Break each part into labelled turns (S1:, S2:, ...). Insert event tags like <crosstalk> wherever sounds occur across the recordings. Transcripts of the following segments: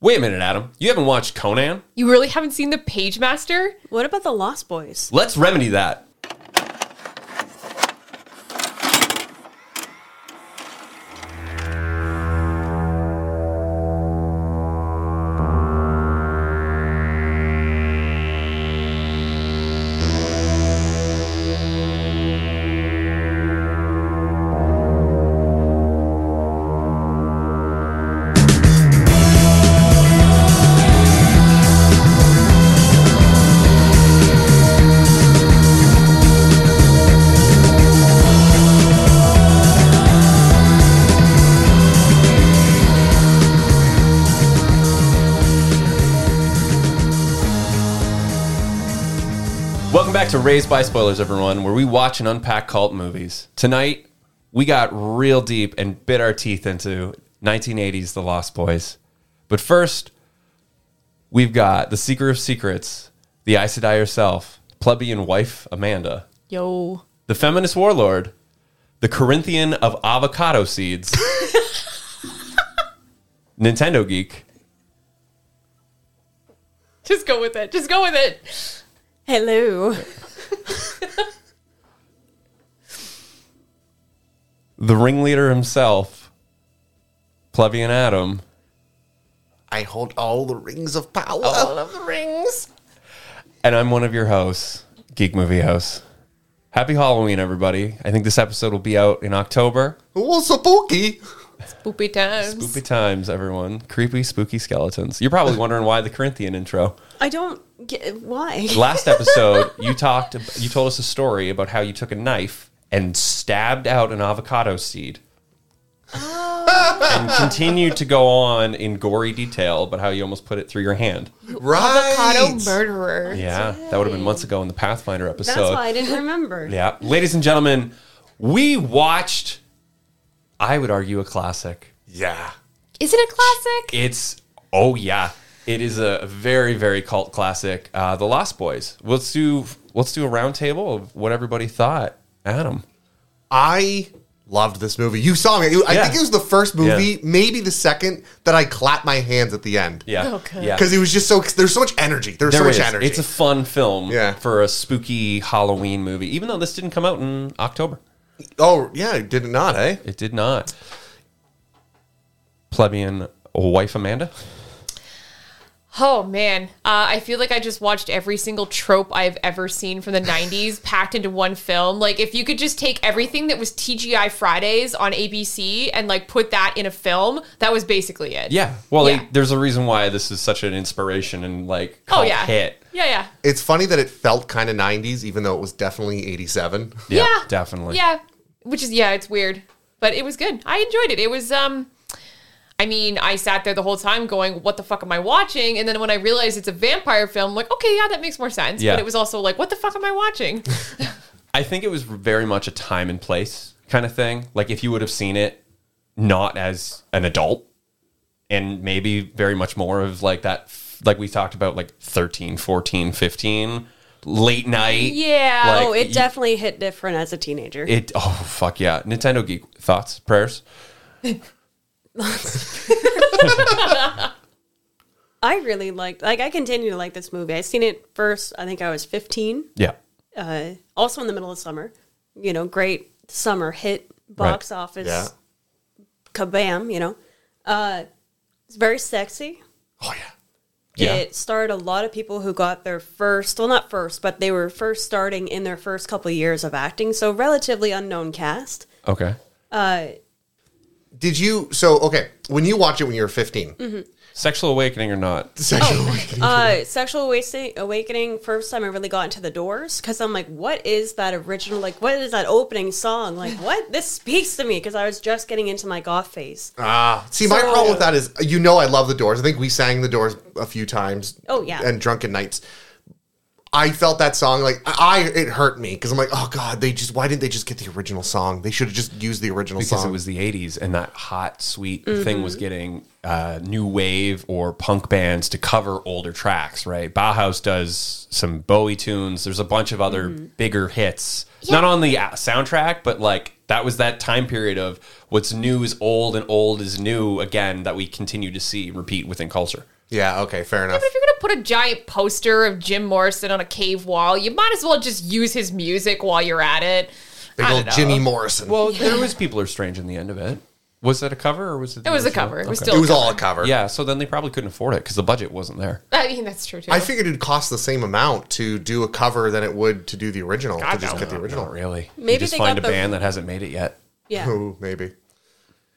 S1: Wait a minute, Adam. You haven't watched Conan?
S2: You really haven't seen The Page Master?
S3: What about the Lost Boys?
S1: Let's remedy that. Welcome back to Raised by Spoilers, everyone, where we watch and unpack cult movies. Tonight, we got real deep and bit our teeth into 1980s The Lost Boys. But first, we've got The Seeker of Secrets, the Aes Sedai herself, plebeian wife Amanda,
S3: Yo.
S1: the feminist warlord, the Corinthian of avocado seeds, Nintendo geek,
S2: Just go with it. Just go with it.
S3: Hello.
S1: the ringleader himself, plebeian Adam.
S4: I hold all the rings of power.
S1: and I'm one of your hosts, Geek Movie Host. Happy Halloween, everybody. I think this episode will be out in October.
S4: Oh, spooky.
S2: Spoopy times.
S1: Spooky times, everyone. Creepy, spooky skeletons. You're probably wondering why the Corinthian intro.
S3: I don't get why.
S1: Last episode, you talked, you told us a story about how you took a knife and stabbed out an avocado seed. and continued to go on in gory detail about how you almost put it through your hand.
S4: Right.
S2: Avocado murderer.
S1: Yeah, that would have been months ago in the Pathfinder episode.
S3: That's why I didn't remember.
S1: Yeah. Ladies and gentlemen, we watched, I would argue, a classic.
S4: Yeah.
S2: Is it a classic?
S1: It's, oh, yeah. It is a very, very cult classic. Uh, the Lost Boys. Let's do, let's do a round table of what everybody thought. Adam.
S4: I loved this movie. You saw me. I
S1: Yeah.
S4: think it was the first movie,
S1: Yeah.
S4: maybe the second, that I clapped my hands at the end.
S1: Yeah.
S3: Oh,
S2: Okay.
S1: Yeah.
S4: Because it was just so, there's so much energy. There's
S1: There
S4: so much
S1: is.
S4: energy.
S1: It's a fun film
S4: Yeah.
S1: for a spooky Halloween movie, even though this didn't come out in October.
S4: oh, yeah, it did it not, eh?
S1: It did not. Plebeian wife Amanda.
S2: Oh man, uh, I feel like I just watched every single trope I've ever seen from the '90s packed into one film. Like, if you could just take everything that was TGI Fridays on ABC and like put that in a film, that was basically it.
S1: Yeah. Well,
S2: Yeah.
S1: they- there's a reason why this is such an inspiration and like
S2: Oh
S1: cult
S2: yeah.
S1: hit.
S2: Yeah, yeah.
S4: It's funny that it felt kind of 90s, even though it was definitely 87.
S1: Yeah,
S2: Yeah.
S1: definitely.
S2: Yeah, which is yeah, it's weird, but it was good. I enjoyed it. It was um I mean, I sat there the whole time going, "What the fuck am I watching?" And then when I realized it's a vampire film, I'm like, "Okay, yeah, that makes more sense."
S1: Yeah.
S2: But it was also like, "What the fuck am I watching?" <laughs>
S1: I think it was very much a time and place kind of thing. Like if you would have seen it not as an adult and maybe very much more of like that like we talked about like 13, 14, 15 late night.
S2: Yeah.
S1: Like,
S3: Oh, it
S1: you-
S3: definitely hit different as a teenager.
S1: it oh fuck yeah. Nintendo geek thoughts, prayers.
S3: I really liked, like, I continue to like this movie. I seen it first, I think I was 15,
S1: Yeah.
S3: uh, also in the middle of summer. You know, great summer hit, box office,
S4: Yeah.
S3: kabam, you know. Uh, it's very sexy.
S4: Oh, yeah.
S1: Yeah.
S3: It started a lot of people who got their first, well, not first, but they were first starting in their first couple of years of acting. So, relatively unknown cast.
S1: Okay.
S4: Did you, so, okay, when you watch it when you were 15,
S1: Sexual awakening or not?
S4: sexual.
S3: Uh, sexual awakening, awakening. First time I really got into the doors because I'm like, what is that original? Like, what is that opening song? Like, what? This speaks to me because I was just getting into my goth phase.
S4: Ah, see, my
S3: So-
S4: problem with that is, you know, I love the Doors. I think we sang the Doors a few times.
S3: Oh, yeah.
S4: and Drunken Nights. I felt that song like I it hurt me because I'm like, oh god, they just why didn't they just get the original song? They should have just used the original
S1: because
S4: song.
S1: it was the 80s and that hot sweet
S2: Mm-hmm.
S1: thing was getting uh, new wave or punk bands to cover older tracks right bauhaus does
S2: Mm-hmm.
S1: some bowie tunes there's a bunch of other bigger hits not on the uh, soundtrack but like That was that time period of what's new is old and old is new again that we continue to see and repeat within culture.
S4: Yeah, okay, fair
S2: <laughs>
S4: enough.
S2: But if you're gonna put a giant poster of Jim Morrison on a cave wall, you might as well just use his music while you're at it.
S4: Big
S2: I don't
S4: old
S2: know.
S4: Jimmy Morrison.
S1: Well, there was People Are Strange in the end of it. Was that a cover or was it? the
S2: It was a
S1: original?
S2: cover. It was
S1: Okay.
S2: still.
S4: it was
S2: a
S4: all a
S2: cover.
S4: cover.
S1: Yeah, so then they probably couldn't afford it because the budget wasn't there.
S2: I mean, that's true too.
S4: I figured it'd cost the same amount to do a cover than it would to do the original.
S2: God,
S4: to just
S2: no,
S4: get the original.
S1: Not really. Maybe
S3: Maybe
S1: just
S3: they
S1: find a
S3: got the-
S1: band that hasn't made it yet.
S3: Yeah.
S4: Ooh, maybe.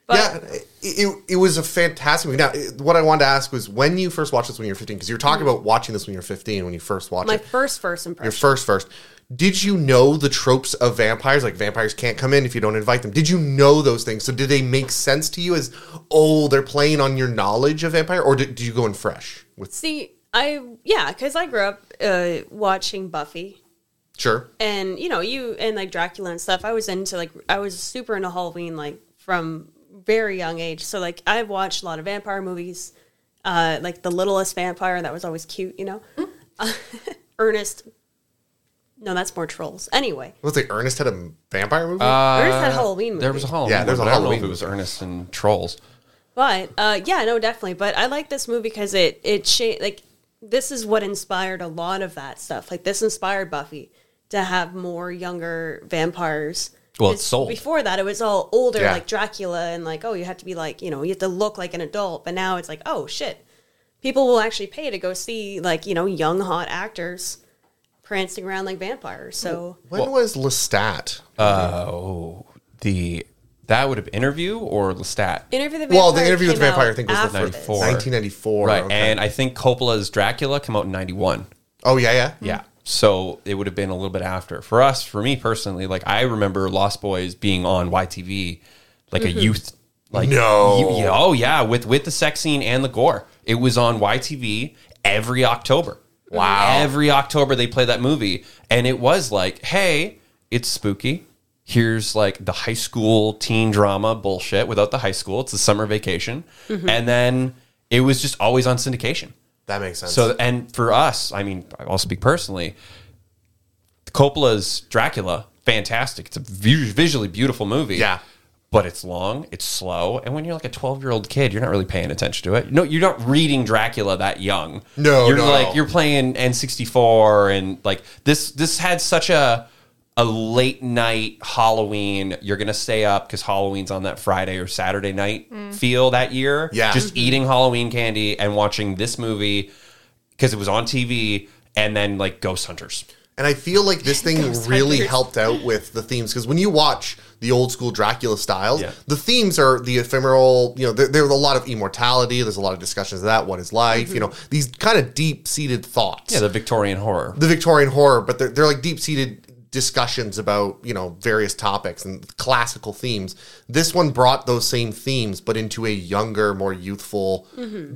S3: But
S4: yeah, it, it, it was a fantastic movie. Now, it- what I wanted to ask was when you first watched this when you were 15, because you were talking about watching this when you were 15, when you first watched
S3: Mm. my
S4: it.
S3: first first
S4: Your
S3: impression.
S4: first, first. Did you know the tropes of vampires? Like vampires can't come in if you don't invite them. Did you know those things? So did they make sense to you as, oh, they're playing on your knowledge of vampire? Or did, did you go in fresh? With
S3: See, I yeah, because I grew up uh, watching Buffy,
S4: Sure.
S3: and you know, you and like Dracula and stuff. I was into like I was super into Halloween like from very young age. So like I've watched a lot of vampire movies, uh, like The Littlest Vampire, that was always cute, you know. <laughs> Ernest. No, that's more trolls. Anyway,
S4: What's it? Ernest had a vampire movie?
S1: Uh,
S3: Ernest had a Halloween movie.
S1: There was a Halloween.
S4: Yeah,
S1: Yeah,
S4: there's
S1: there's
S4: a
S1: I don't know if
S4: Halloween.
S1: it was Ernest and Trolls.
S3: But uh, yeah, no, definitely. But I like this movie because it it sha- like this is what inspired a lot of that stuff. Like this inspired Buffy to have more younger vampires.
S1: Well, it's
S3: Because
S1: sold.
S3: Before that, it was all older,
S4: Yeah.
S3: like Dracula, and like oh, you have to be like you know you have to look like an adult. But now it's like oh shit, people will actually pay to go see like you know young hot actors prancing around like vampires. So
S4: when was Lestat?
S1: Oh, the that would have interview or Lestat,
S3: interview the vampire
S4: well, the interview with the
S3: came out
S4: vampire, I think, was the
S3: after this.
S4: first.
S1: 94.
S4: 1994.
S1: right?
S4: okay.
S1: And I think Coppola's Dracula came out in '91.
S4: oh, yeah, yeah.
S1: Yeah. So it would have been a little bit after. For us, for me personally, like I remember Lost Boys being on YTV, like a youth, like
S4: No.
S1: you- yeah, oh yeah, with with the sex scene and the gore. It was on YTV every October. Wow. Every October they play that movie, and it was like, hey, it's spooky. Here's like the high school teen drama bullshit without the high school. It's the summer vacation, and then it was just always on syndication.
S4: That makes sense.
S1: So, and for us, I mean, I'll speak personally. Coppola's Dracula, fantastic. It's a vi- visually beautiful movie.
S4: Yeah.
S1: But it's long, it's slow, and when you're like a 12 year old kid, you're not really paying attention to it. No, you're not reading Dracula that young.
S4: No,
S1: you're
S4: no,
S1: like
S4: no.
S1: you're playing N64 and like this. This had such a a late night Halloween. You're gonna stay up because Halloween's on that Friday or Saturday night
S3: Mm.
S1: feel that year.
S4: Yeah.
S3: Mm-hmm.
S1: just eating Halloween candy and watching this movie because it was on TV, and then like Ghost Hunters.
S4: And I feel like this thing
S2: Ghost
S4: really
S2: hunters.
S4: helped out with the themes because when you watch the old school Dracula styles,
S1: Yeah.
S4: the themes are the ephemeral. You know, there, there's a lot of immortality. There's a lot of discussions of that. What is life? You know, these kind of deep seated thoughts.
S1: Yeah, the Victorian horror.
S4: the Victorian horror, but they're, they're like deep seated discussions about you know various topics and classical themes. This one brought those same themes, but into a younger, more youthful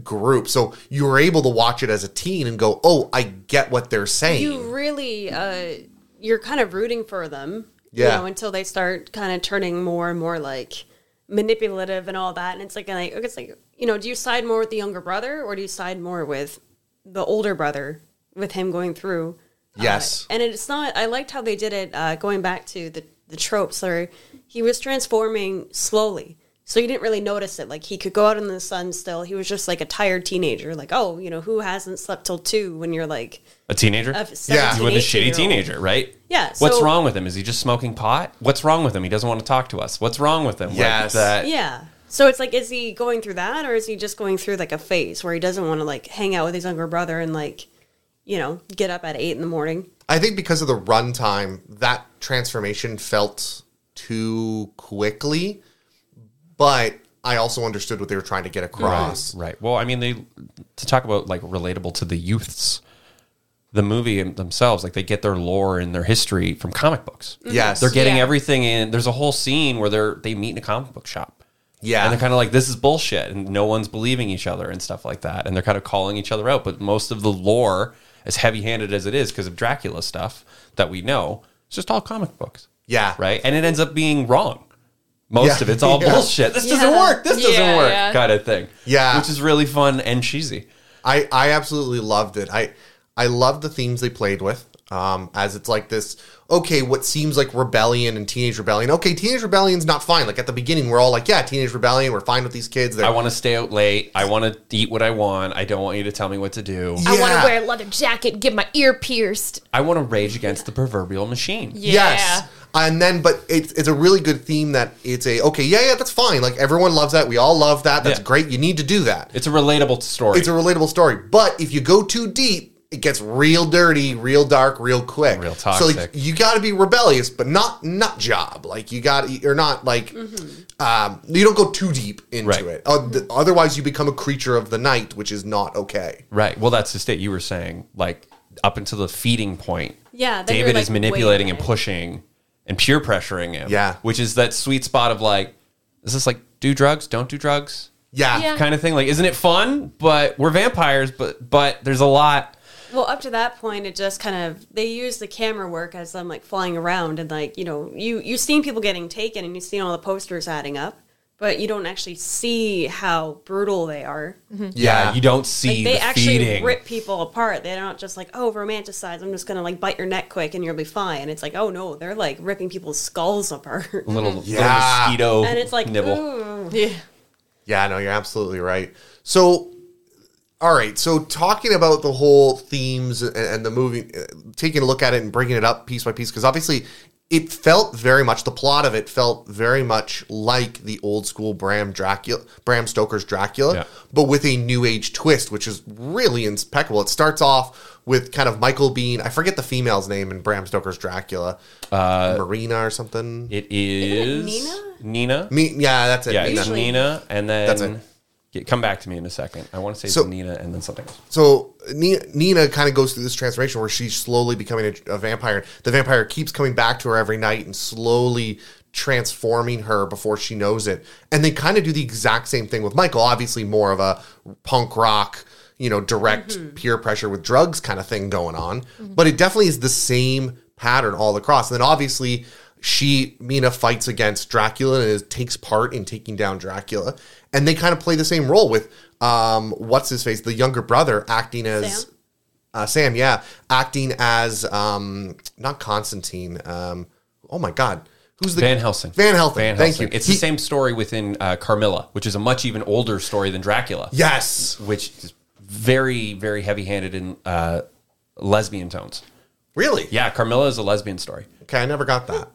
S4: group. So you were able to watch it as a teen and go, "Oh, I get what they're saying."
S3: you really uh, you're kind of rooting for them
S4: Yeah.
S3: you know until they start kind of turning more and more like manipulative and all that and it's like like it's like you know do you side more with the younger brother or do you side more with the older brother with him going through
S4: yes.
S3: and it's not i liked how they did it uh, going back to the the tropes or he was transforming slowly so you didn't really notice it like he could go out in the sun still he was just like a tired teenager like oh you know who hasn't slept till two when you're like
S1: A teenager.
S3: a
S4: Yeah.
S1: He was a
S3: 17,
S1: shitty
S3: 18 year old.
S1: teenager, right?
S3: Yeah,
S1: What's
S3: so-
S1: wrong with him? Is he just smoking pot? What's wrong with him? He doesn't want to talk to us. What's wrong with him? Like
S4: Yes.
S1: that-
S3: Yeah. So it's like, is he going through that, or is he just going through like a phase where he doesn't want to like hang out with his younger brother and like, you know, get up at eight in the morning?
S4: I think because of the runtime, that transformation felt too quickly, but I also understood what they were trying to get across.
S1: Right. Well, I mean, they to talk about like relatable to the youths. The movie themselves, like they get their lore and their history from comic books.
S4: Yes.
S1: Mm-hmm. they're getting
S2: Yeah.
S1: everything in. There's a whole scene where they're they meet in a comic book shop.
S4: Yeah.
S1: and they're kind of like, "This is bullshit," and no one's believing each other and stuff like that. And they're kind of calling each other out. But most of the lore, as heavy-handed as it is, because of Dracula stuff that we know, it's just all comic books.
S4: Yeah.
S1: right? And it ends up being wrong. Most
S4: Yeah.
S1: of it's all
S4: <laughs> Yeah.
S1: bullshit. This doesn't
S3: Yeah.
S1: work. This doesn't
S2: Yeah,
S1: work.
S2: yeah.
S1: Kind of thing.
S4: Yeah.
S1: which is really fun and cheesy.
S4: I I absolutely loved it. I I loved the themes they played with. um, as it's like this okay what seems like rebellion and teenage rebellion okay teenage rebellion's not fine like at the beginning we're all like yeah teenage rebellion we're fine with these kids they're
S1: I want to stay out late. I want to eat what I want. I don't want you to tell me what to do.
S2: I want
S4: Yeah.
S2: to wear a leather jacket, and get my ear pierced.
S1: I want to rage against the proverbial machine.
S4: Yes. And then, but it's it's a really good theme that it's a okay, yeah, yeah, that's fine. Like everyone loves that. We all love that. That's
S1: Yeah.
S4: great. You need to do that.
S1: It's a relatable story.
S4: It's a relatable story. But if you go too deep, it gets real dirty, real dark, real quick,
S1: Real
S4: So like,
S1: toxic.
S4: you got to be rebellious, but not nut job. Like you got you're not like um, you don't go too deep into
S1: Mm-hmm. Right.
S4: it. Uh, th- Otherwise, you become a creature of the night, which is not okay.
S1: right. Well, that's just it. You were saying like up until the feeding point.
S3: Yeah, then you're
S1: David
S3: like,
S1: is manipulating
S3: wait a
S1: and pushing and peer pressuring him.
S4: Yeah.
S1: Which is that sweet spot of like, is this like do drugs, don't do drugs?
S4: Yeah.
S2: Yeah.
S1: Kind of thing. Like, isn't it fun? But we're vampires, but but there's a lot
S3: Well, up to that point, it just kind of they use the camera work as them like flying around and like you know you you've seen people getting taken and you've seen all the posters adding up, but you don't actually see how brutal they are.
S1: Yeah, you don't see
S3: Like they
S1: the
S3: actually
S1: feeding.
S3: rip people apart. They're not just like oh romanticize. I'm just gonna like bite your neck quick and you'll be fine. It's like oh no, they're like ripping people's skulls apart. <laughs>
S1: little,
S4: Yeah.
S1: little mosquito
S3: Mm-hmm. And it's like, mm,
S1: nibble.
S3: ooh.
S2: Yeah.
S4: Yeah, no, you're absolutely right. So, all right. So, talking about the whole themes and, and the movie, uh, taking a look at it and breaking it up piece by piece, because obviously it felt very much the plot of it felt very much like the old school Bram Dracula, Bram Stoker's Dracula,
S1: Yeah.
S4: but with a new age twist, which is really impeccable. It starts off with kind of Michael Bean. I forget the female's name in Bram Stoker's Dracula, uh, Marina or something.
S1: It is Nina.
S4: Me, yeah, that's it.
S1: Yeah,
S4: Mina.
S1: it's Nina, and then
S4: That's it.
S1: Get, come back to me in a second. I want to say
S4: So-
S1: it's Nina, and then something. else.
S4: so Ni- Nina kind of goes through this transformation where she's slowly becoming a, a vampire. The vampire keeps coming back to her every night and slowly transforming her before she knows it. And they kind of do the exact same thing with Michael. Obviously, more of a punk rock, you know, direct peer pressure with drugs kind of thing going on. But it definitely is the same pattern all across. And then obviously, she Mina fights against Dracula and is, takes part in taking down Dracula, and they kind of play the same role with um, what's his face, the younger brother, acting as
S3: Sam?
S4: Uh, Sam, yeah, acting as um, not Constantine. Um, oh my God, who's the
S1: Van Helsing.
S4: Van Helsing.
S1: Van
S4: Thank
S1: Helsing.
S4: you.
S1: It's
S4: He-
S1: the same story within uh, Carmilla, which is a much even older story than Dracula.
S4: Yes.
S1: which is very very heavy handed in uh, lesbian tones.
S4: Really?
S1: Yeah, Carmilla is a lesbian story.
S4: Okay, I never got that.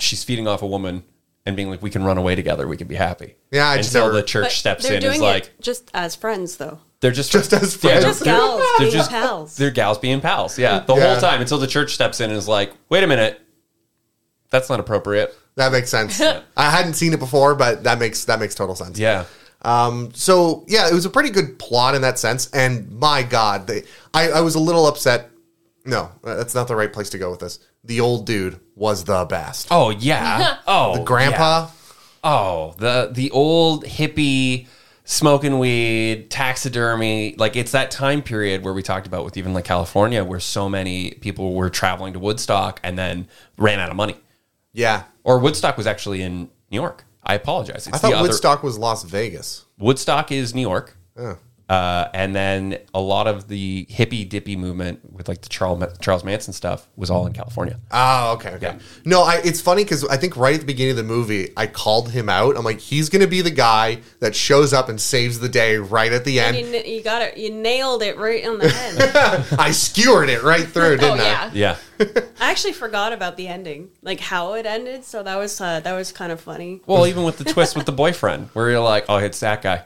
S1: She's feeding off a woman and being like, "We can run away together. We can be happy."
S4: Yeah, I just
S1: until
S4: never-
S1: the church
S3: But
S1: steps
S3: they're
S1: in is
S3: doing it
S1: like,
S3: just as friends though.
S1: They're just
S4: Just as
S1: Yeah,
S4: friends.
S3: Just gals, being pals.
S1: They're gals being pals. Yeah, the
S4: Yeah.
S1: whole time until the church steps in and is like, "Wait a minute, that's not appropriate."
S4: That makes sense. I hadn't seen it before, but that makes that makes total sense.
S1: Yeah,
S4: so yeah, it was a pretty good plot in that sense. And my God, they, I, I was a little upset. No, that's not the right place to go with this. The old dude was the best.
S1: Oh
S3: <laughs>
S1: yeah. Oh, the
S4: Grandpa,
S1: Oh, the the old hippie smoking weed, taxidermy. Like it's that time period where we talked about with even like California, where so many people were traveling to Woodstock and then ran out of money.
S4: yeah.
S1: Or Woodstock was actually in New York. I apologize. It's
S4: I thought
S1: the other,
S4: Woodstock Oh. was Las Vegas.
S1: Woodstock is New York. Uh, and then a lot of the hippie dippy movement with like the Charles Charles Manson stuff was all in California.
S4: Oh, okay, okay.
S1: Yeah.
S4: No, I, it's funny because I think right at the beginning of the movie, I called him out. I'm like, he's gonna be the guy that shows up and saves the day right at the
S3: And you,
S4: end.
S3: kn- you got it. You nailed it right on
S1: <laughs>
S3: the head.
S4: I skewered it right
S2: <laughs>
S4: through,
S2: Oh
S4: didn't I?
S2: yeah.
S4: <laughs>
S1: Yeah.
S3: I actually forgot about the ending, like how it ended. So that was uh, that was kind of funny.
S1: Well, even with the twist with the boyfriend, where you're like, oh, it's that guy.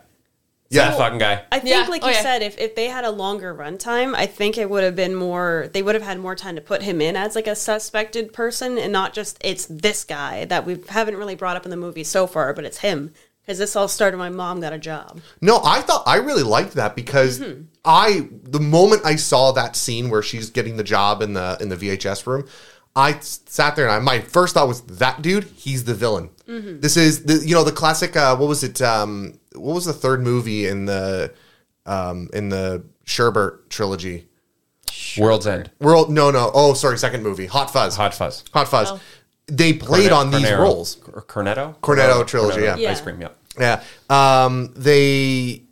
S1: It's
S4: Yeah.
S1: that fucking guy.
S3: I think,
S2: Yeah.
S3: like
S2: Oh,
S3: you
S2: yeah.
S3: said, if, if they had a longer runtime, I think it would have been more. They would have had more time to put him in as like a suspected person, and not just it's this guy that we haven't really brought up in the movie so far, but it's him because this all started. when My mom got a job.
S4: No, I thought I really liked that because I the moment I saw that scene where she's getting the job in the in the VHS room, I s- sat there and I, my first thought was that dude, he's the villain. This is the you know the classic uh, what was it um, what was the third movie in the um, in the Sherbert trilogy?
S1: World's End.
S4: World no no oh sorry second movie Hot Fuzz
S1: Hot Fuzz.
S4: Hot Fuzz. They played on these
S1: Cornetto.
S4: roles.
S1: Or Cornetto?
S4: Cornetto trilogy, yeah.
S1: Ice cream, yeah.
S4: Yeah. Um, they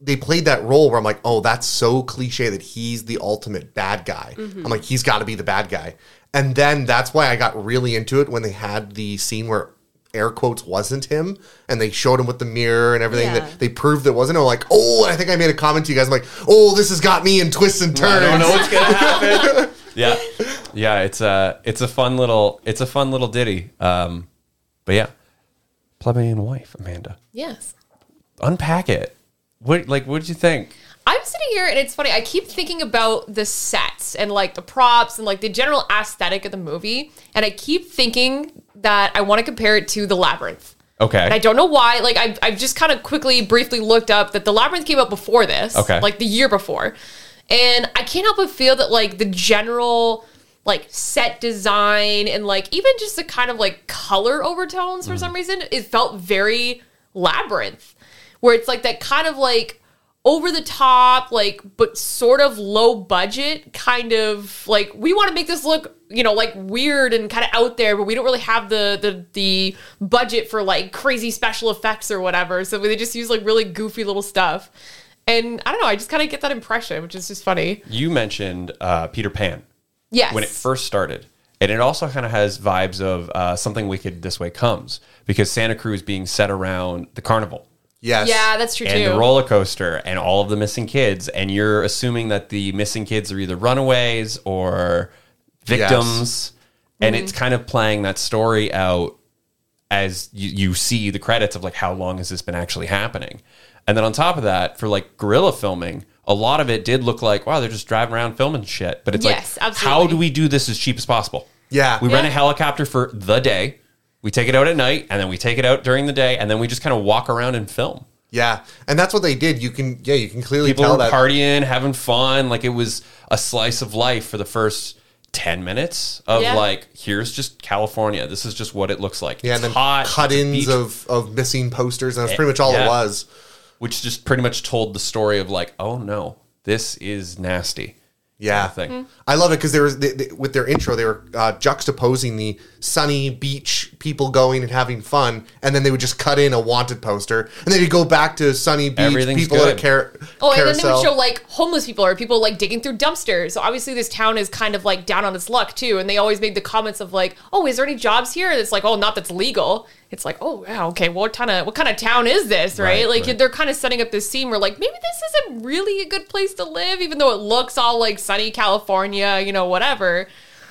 S4: they played that role where I'm like, oh, that's so cliche that he's the ultimate bad guy. I'm like, he's got to be the bad guy. And then that's why I got really into it when they had the scene where air quotes wasn't him and they showed him with the mirror and everything
S3: Yeah.
S4: that they proved that wasn't. I'm like, oh, and I think I made a comment to you guys. I'm like, oh, this has got me in twists and turns.
S1: I don't know what's gonna happen. <laughs> yeah, yeah. It's a it's a fun little it's a fun little ditty. Um, but yeah, plebeian wife Amanda,
S2: Yes.
S1: unpack it. What like what did you think?
S2: I'm sitting here and it's funny. I keep thinking about the sets and like the props and like the general aesthetic of the movie. And I keep thinking that I want to compare it to The Labyrinth.
S1: Okay,
S2: And I don't know why. Like, I've, I've just kind of quickly, briefly looked up that The Labyrinth came out before this.
S1: Okay.
S2: Like, the year before. And I can't help but feel that, like, the general, like, set design and, like, even just the kind of, like, color overtones for some reason, it felt very Labyrinth, where it's, like, that kind of, like, over the top, like, but sort of low budget kind of like we want to make this look, you know, like weird and kind of out there, but we don't really have the the the budget for like crazy special effects or whatever. So they just use like really goofy little stuff. And I don't know, I just kind of get that impression, which is just funny.
S1: you mentioned uh, Peter Pan
S2: Yes.
S1: when it first started. And it also kind of has vibes of uh, something wicked this way comes because Santa Cruz being set around the carnival
S4: Yes.
S2: Yeah, that's true
S1: and
S2: too.
S1: the roller coaster and all of the missing kids. And you're assuming that the missing kids are either runaways or victims. And
S2: Mm-hmm.
S1: it's kind of playing that story out as you, you see the credits of like how long has this been actually happening and then on top of that for like guerrilla filming a lot of it did look like wow they're just driving around filming shit but it's
S2: Yes,
S1: like
S2: absolutely.
S1: how do we do this as cheap as possible
S4: Yeah.
S1: we rent a
S2: Yeah.
S1: helicopter for the day we take it out at night and then we take it out during the day and then we just kind of walk around and film
S4: Yeah. And that's what they did. You can, yeah, you can clearly
S1: people
S4: tell
S1: were
S4: that.
S1: partying having fun like it was a slice of life for the first 10 minutes of
S2: Yeah.
S1: like here's just california this is just what it looks like
S4: yeah,
S1: it's
S4: and then
S1: hot it's a beach Eh,
S4: cut-ins of, of missing posters, and that's pretty much all
S1: Yeah.
S4: it was.
S1: which just pretty much told the story of like, oh no, this is nasty. Kind
S4: Yeah,
S1: of
S2: Hmm.
S1: thing.
S4: I love it because there was they, they- with their intro, they were uh, juxtaposing the sunny beach, people going and having fun, and then they would just cut in a wanted poster, and then you go back to sunny beach,
S1: Everything's
S4: people
S1: good.
S4: at a car-
S2: Oh, and then they
S4: carousel.
S2: would show like homeless people or people like digging through dumpsters. So obviously, this town is kind of like down on its luck too. And they always made the comments of like, "Oh, is there any jobs here?" And it's like, "Oh, not that's legal." It's like, "Oh, wow, okay. Well, what kind of what kind of town is this?" Right?
S1: Right,
S2: like
S1: right.
S2: they're kind of setting up this scene where like maybe this isn't really a good place to live, even though it looks all like sunny California, you know, whatever.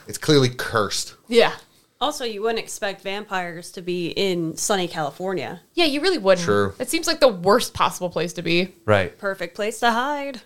S4: it's clearly cursed.
S2: Yeah,
S3: Also, you wouldn't expect vampires to be in sunny California.
S2: yeah. You really wouldn't.
S4: True.
S2: It seems like the worst possible place to be.
S1: Right.
S3: Perfect place to hide.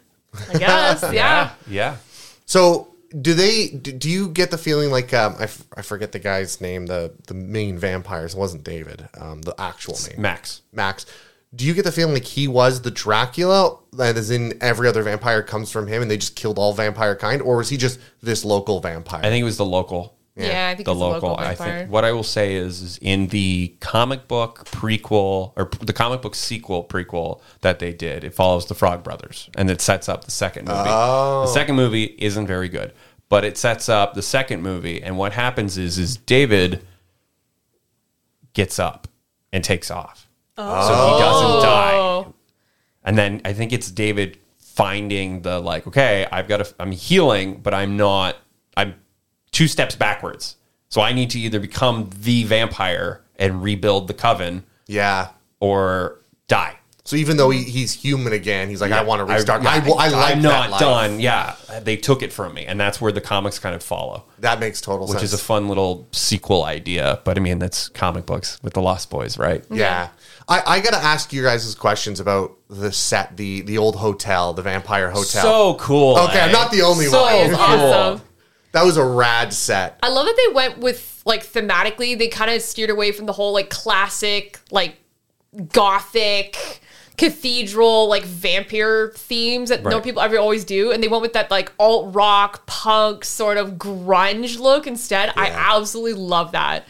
S2: I guess. yeah.
S1: <laughs> Yeah.
S4: So, do they? Do do you get the feeling like um, I, f- I forget the guy's name, the the main vampires it wasn't David, um, the actual name
S1: Max.
S4: Max. Do you get the feeling like he was the Dracula that is in every other vampire comes from him, and they just killed all vampire kind, or was he just this local vampire?
S1: I think it was the local.
S2: Yeah, I think
S1: the
S2: it's a
S1: local. I
S2: vampire.
S1: think what I will say is, is in the comic book prequel or p- the comic book sequel prequel that they did, it follows the Frog Brothers and it sets up the second movie. The second movie isn't very good, but it sets up the second movie. And what happens is, is David gets up and takes off, so he doesn't die.
S2: Oh.
S1: And then I think it's David finding the like, okay, I've got to, I'm healing, but I'm not, I'm two steps backwards. So I need to either become the vampire and rebuild the coven
S4: yeah,
S1: or die.
S4: So even though he, he's human again, he's like, I want to restart.
S1: yeah,
S4: I, will- I, like
S1: I'm
S4: that
S1: not
S4: life.
S1: done. Yeah. They took it from me. And that's where the comics kind of follow,
S4: That makes total
S1: which is
S4: sense.
S1: a fun little sequel idea. But I mean, that's comic books with the Lost Boys, right?
S4: yeah. I, I gotta ask you guys' questions about the set, the the old hotel, the vampire hotel.
S1: So cool.
S4: Okay, I'm
S1: eh?
S4: not the only
S1: so
S4: one.
S1: Cool.
S2: Awesome.
S4: that was a rad set.
S2: I love that they went with like thematically. They kind of steered away from the whole like classic, like gothic cathedral, like vampire themes that no
S1: Right.
S2: people ever always do, and they went with that like alt rock punk sort of grunge look instead. I absolutely love that.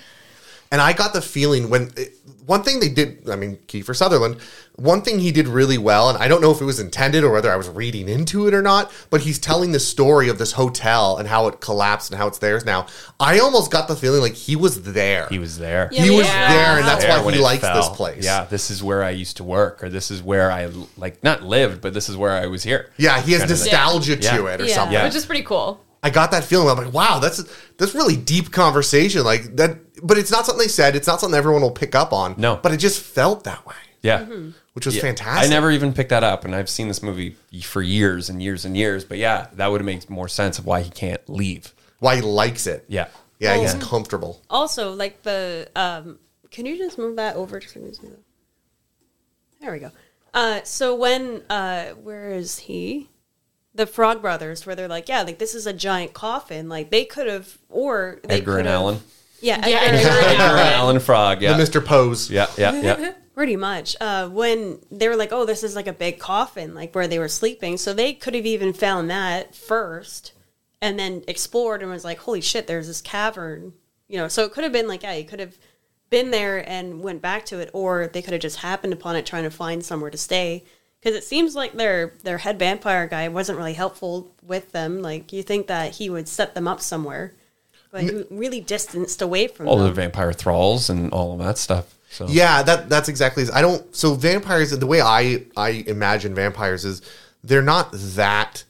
S4: And I got the feeling when it- one thing they did, I mean, Kiefer Sutherland, one thing he did really well, and I don't know if it was intended or whether I was reading into it or not, but he's telling the story of this hotel and how it collapsed and how it's theirs now. I almost got the feeling like he was there.
S1: He was there.
S3: Yeah,
S4: He was
S2: Yeah.
S4: there, and that's
S1: there
S4: why
S1: when
S4: he
S1: it
S4: likes this
S1: fell.
S4: place.
S1: Yeah, this is where I used to work, or this is where I like not lived, but this is where I was here.
S4: Yeah, he has
S1: Kinda thing.
S4: nostalgia
S1: Yeah.
S4: to it or
S3: Yeah.
S4: something.
S1: Yeah.
S2: which is pretty cool.
S4: I got that feeling. I'm like, wow, that's that's really deep conversation. Like that, but it's not something they said. It's not something everyone will pick up on.
S1: No.
S4: but it just felt that way,
S1: Yeah.
S4: which was
S1: Yeah.
S4: Mm-hmm. fantastic.
S1: I never even picked that up, and I've seen this movie for years and years and years. But yeah, that would make more sense of why he can't leave.
S4: why he likes it.
S1: Yeah.
S4: yeah, he's
S3: Yeah.
S4: comfortable.
S3: Also, like the um, can you just move that over just a minute? There we go. Uh, so when uh, where is he? The Frog Brothers, where they're like, yeah, like this is a giant coffin. Like they could have, or they
S1: Edgar and
S3: could've-
S1: Allan.
S3: Yeah,
S2: Yeah,
S3: Edgar and
S2: Edgar and
S1: Edgar and
S3: Allan.
S1: Alan Frog. Yeah.
S4: The Mr. Pose.
S1: Yeah. Yeah.
S4: <laughs>
S1: Yeah.
S3: Pretty much. Uh, when they were like, oh, this is like a big coffin, like where they were sleeping. So they could have even found that first and then explored and was like, holy shit, there's this cavern. You know, so it could have been like, yeah, you could have been there and went back to it, or they could have just happened upon it trying to find somewhere to stay. Because it seems like their their head vampire guy wasn't really helpful with them. Like you think that he would set them up somewhere, but he really distanced away from
S1: All
S3: them.
S1: the vampire thralls and all of that stuff. So
S4: Yeah, that that's exactly. I don't. So vampires, the way I I imagine vampires is they're not that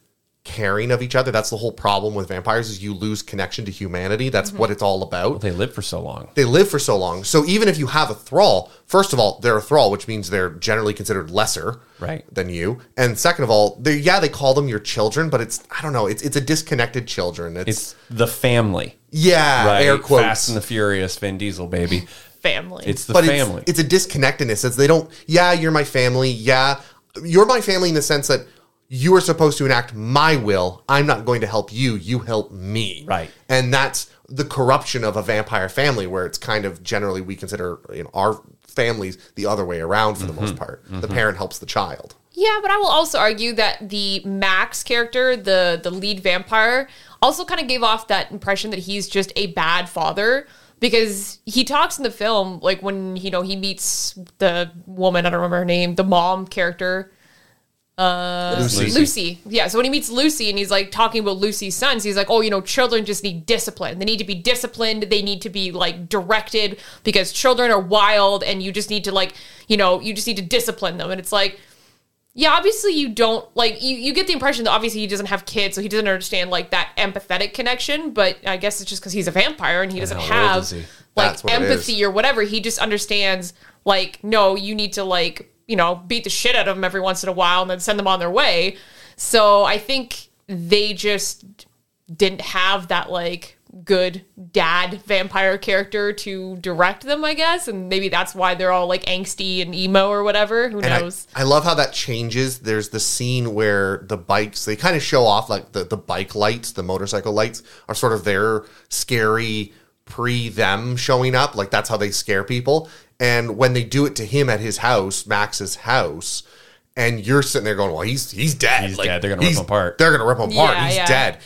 S4: caring of each other. That's the whole problem with vampires is you lose connection to humanity. That's what it's all about.
S1: they live for so long.
S4: they live for so long. So even if you have a thrall, first of all, they're a thrall, which means they're generally considered lesser
S1: Right.
S4: than you. And second of all, they yeah, they call them your children, but it's I don't know, it's it's a disconnected children. It's,
S1: It's the family.
S4: yeah, air quotes.
S1: Fast and the Furious, Vin Diesel, baby.
S2: Family.
S1: It's the
S4: but it's-
S1: family.
S4: It's, a disconnectedness. It's they don't. Yeah, you're my family. Yeah, you're my family in the sense that you are supposed to enact my will. I'm not going to help you. You help me.
S1: Right.
S4: And that's the corruption of a vampire family, where it's kind of generally we consider you know, our families the other way around for the
S1: Mm-hmm.
S4: most part. The parent helps the child.
S2: Yeah, but I will also argue that the Max character, the the lead vampire, also kind of gave off that impression that he's just a bad father because he talks in the film like when you know he meets the woman I don't remember her name, the mom character.
S4: Lucy.
S2: Lucy. Yeah. So when he meets Lucy and he's like talking about Lucy's sons, he's like, oh, you know, children just need discipline. They need to be disciplined. They need to be like directed because children are wild and you just need to like, you know, you just need to discipline them. And it's like, yeah, obviously you don't like you, you get the impression that obviously he doesn't have kids, so he doesn't understand like that empathetic connection, but I guess it's just because he's a vampire and he doesn't
S1: how old
S2: have
S1: is he?
S2: like
S4: That's what it
S2: empathy
S4: is.
S2: or whatever. He just understands like, no, you need to like, you know, beat the shit out of them every once in a while and then send them on their way. So I think they just didn't have that like good dad vampire character to direct them, I guess. And maybe that's why they're all like angsty and emo or whatever. Who
S4: And I-
S2: knows?
S4: I, love how that changes. There's the scene where the bikes, they kind of show off like the, the bike lights, the motorcycle lights are sort of their scary pre them showing up. Like that's how they scare people. And when they do it to him at his house, Max's house, and you're sitting there going, well, he's he's dead.
S1: He's dead. They're gonna rip him apart.
S4: They're gonna rip him apart.
S2: Yeah,
S4: he's
S2: yeah.
S4: dead.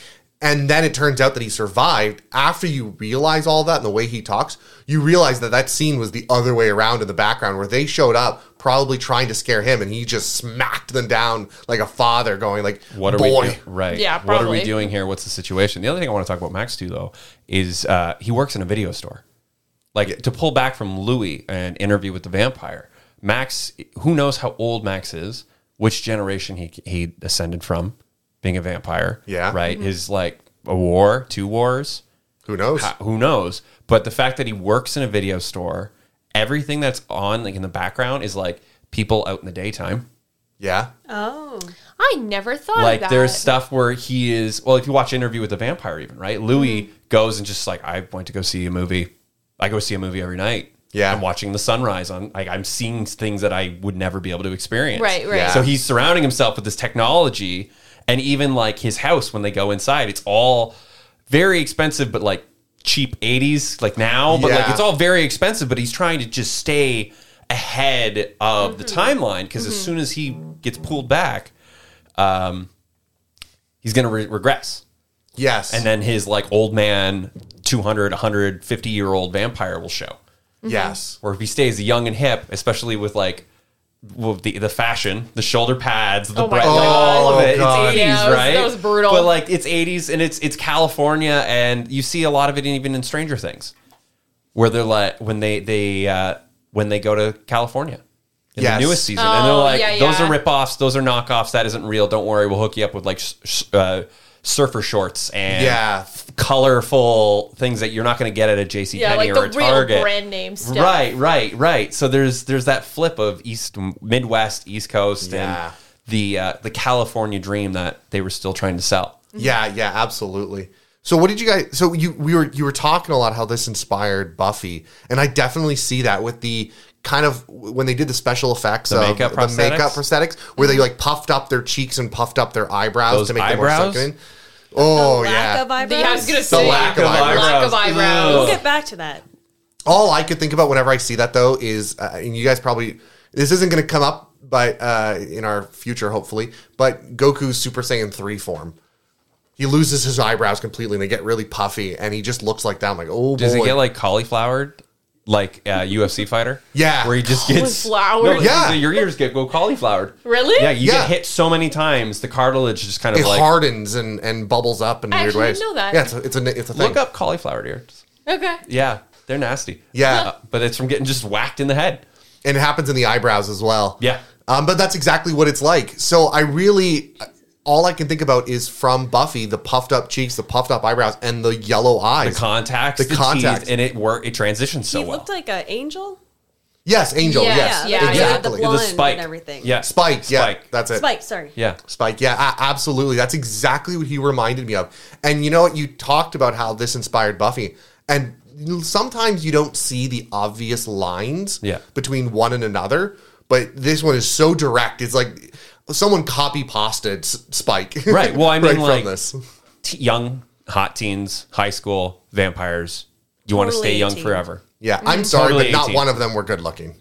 S4: And then it turns out that he survived. After you realize all that and the way he talks, you realize that that scene was the other way around in the background where they showed up probably trying to scare him and he just smacked them down like a father going like,
S1: what are
S4: boy.
S1: we do- right
S2: Yeah,
S1: what are we
S2: probably.
S1: doing here what's the situation the other thing i want to talk about max too though is uh, he works in a video store like to pull back from louis and interview with the vampire max who knows how old max is which generation he he ascended from being a vampire
S4: Yeah.
S1: right
S2: Mm-hmm.
S1: is like a war two wars
S4: Who knows?
S1: uh, who knows? But the fact that he works in a video store, everything that's on like in the background is like people out in the daytime.
S4: Yeah.
S3: oh,
S2: I never thought of
S1: Like
S2: that.
S1: there's stuff where he is. Well, if you watch Interview with the Vampire, even right, Louis
S2: Mm-hmm.
S1: goes and just like I went to go see a movie. I go see a movie every night.
S4: Yeah.
S1: I'm watching the sunrise on. Like I'm seeing things that I would never be able to experience.
S2: Right, right.
S4: Yeah.
S1: So he's surrounding himself with this technology, and even like his house when they go inside, it's all very expensive, but like cheap '80s, like now, but like
S4: Yeah.
S1: it's all very expensive. But he's trying to just stay ahead of the
S2: Mm-hmm.
S1: timeline because as soon as he gets pulled back, um, he's gonna re- regress,
S4: Yes.
S1: and then his like old man, 200, 150 year old vampire will show.
S4: Yes.
S1: or if he stays young and hip, especially with like well, the the fashion, the shoulder pads, the
S2: Oh my
S1: bright,
S2: God.
S1: like, all of it.
S4: God.
S1: It's 80s,
S2: Yeah, that was-
S1: right?
S2: that was brutal.
S1: But like it's 80s and it's it's California, and you see a lot of it even in Stranger Things, where they're like when they they uh, when they go to California. In
S4: Yes.
S1: the newest season, and they're
S2: Oh,
S1: like,
S2: yeah,
S1: "Those
S2: yeah.
S1: are rip-offs. Those are knockoffs. That isn't real. Don't worry, we'll hook you up with like sh- sh- uh, surfer shorts and
S4: Yeah.
S1: colorful things that you're not going to get at a JC
S2: Yeah, like
S1: Penney
S2: the
S1: or a
S2: real
S1: Target.
S2: brand name stuff.
S1: Right, right, right. So there's there's that flip of East Midwest, East Coast,
S4: Yeah.
S1: and the uh, the California dream that they were still trying to sell.
S4: Mm-hmm. Yeah, yeah, absolutely. So what did you guys so you we were you were talking a lot how this inspired Buffy and I definitely see that with the kind of when they did the special effects of
S1: makeup
S4: the
S1: prosthetics? Mm-hmm.
S4: makeup prosthetics where they like puffed up their cheeks and puffed up their eyebrows
S1: Those
S4: to make them more
S1: eyebrows?
S4: sucking. Oh yeah.
S3: Lack of eyebrows.
S2: Yeah, I was gonna say
S4: lack of eyebrows.
S2: Lack of eyebrows.
S1: Uh,
S3: We'll get back to that.
S1: oh,
S4: all I could think about whenever I see that though is, uh, and you guys probably this isn't going to come up, but uh, in our future hopefully, but Goku's Super Saiyan three form. He loses his eyebrows completely, and they get really puffy, and he just looks like that. I'm like, oh
S1: Does
S4: boy.
S1: it get like cauliflowered, like uh, UFC fighter?
S4: Yeah.
S1: where he just gets
S2: Cauliflowered?
S4: Yeah.
S1: your ears get go cauliflowered.
S2: Really?
S1: Yeah, you
S4: Yeah.
S1: get hit so many times, the cartilage just kind of
S4: it
S1: like
S4: hardens and, and bubbles up in
S2: I
S4: weird
S2: actually
S4: ways.
S2: didn't know that.
S4: Yeah, it's a, it's a it's a thing.
S1: look up cauliflowered ears.
S2: Okay.
S1: Yeah, they're nasty.
S4: Yeah.
S1: Uh, but it's from getting just whacked in the head.
S4: and it happens in the eyebrows as well.
S1: Yeah.
S4: Um, but that's exactly what it's like. So I really, all I can think about is from Buffy, the puffed up cheeks, the puffed up eyebrows, and the yellow eyes.
S1: The contacts,
S4: The
S1: the,
S4: contacts.
S1: teeth, and it work. It transitions so
S3: he
S1: well.
S3: looked like an angel.
S4: yes, Angel.
S2: Yeah,
S4: yes,
S2: yeah, yeah.
S4: exactly.
S3: The blonde and
S1: spike
S3: everything.
S1: Yeah,
S4: Spike. Yeah,
S1: Spike.
S4: that's it.
S3: Spike, sorry.
S1: yeah.
S4: Spike. Yeah, a- absolutely. That's exactly what he reminded me of. And you know what? You talked about how this inspired Buffy, and sometimes you don't see the obvious lines
S1: Yeah.
S4: between one and another. But this one is so direct. It's like someone copy pasted S- Spike.
S1: Right.
S4: <laughs>
S1: Well, I mean,
S4: from
S1: like-
S4: this.
S1: T- young, hot teens, high school, vampires. You want to
S3: Totally
S1: stay young
S3: 18.
S1: forever.
S4: Yeah,
S2: Mm-hmm.
S4: I'm sorry,
S1: Totally
S4: but not
S1: 18.
S4: one of them were good looking.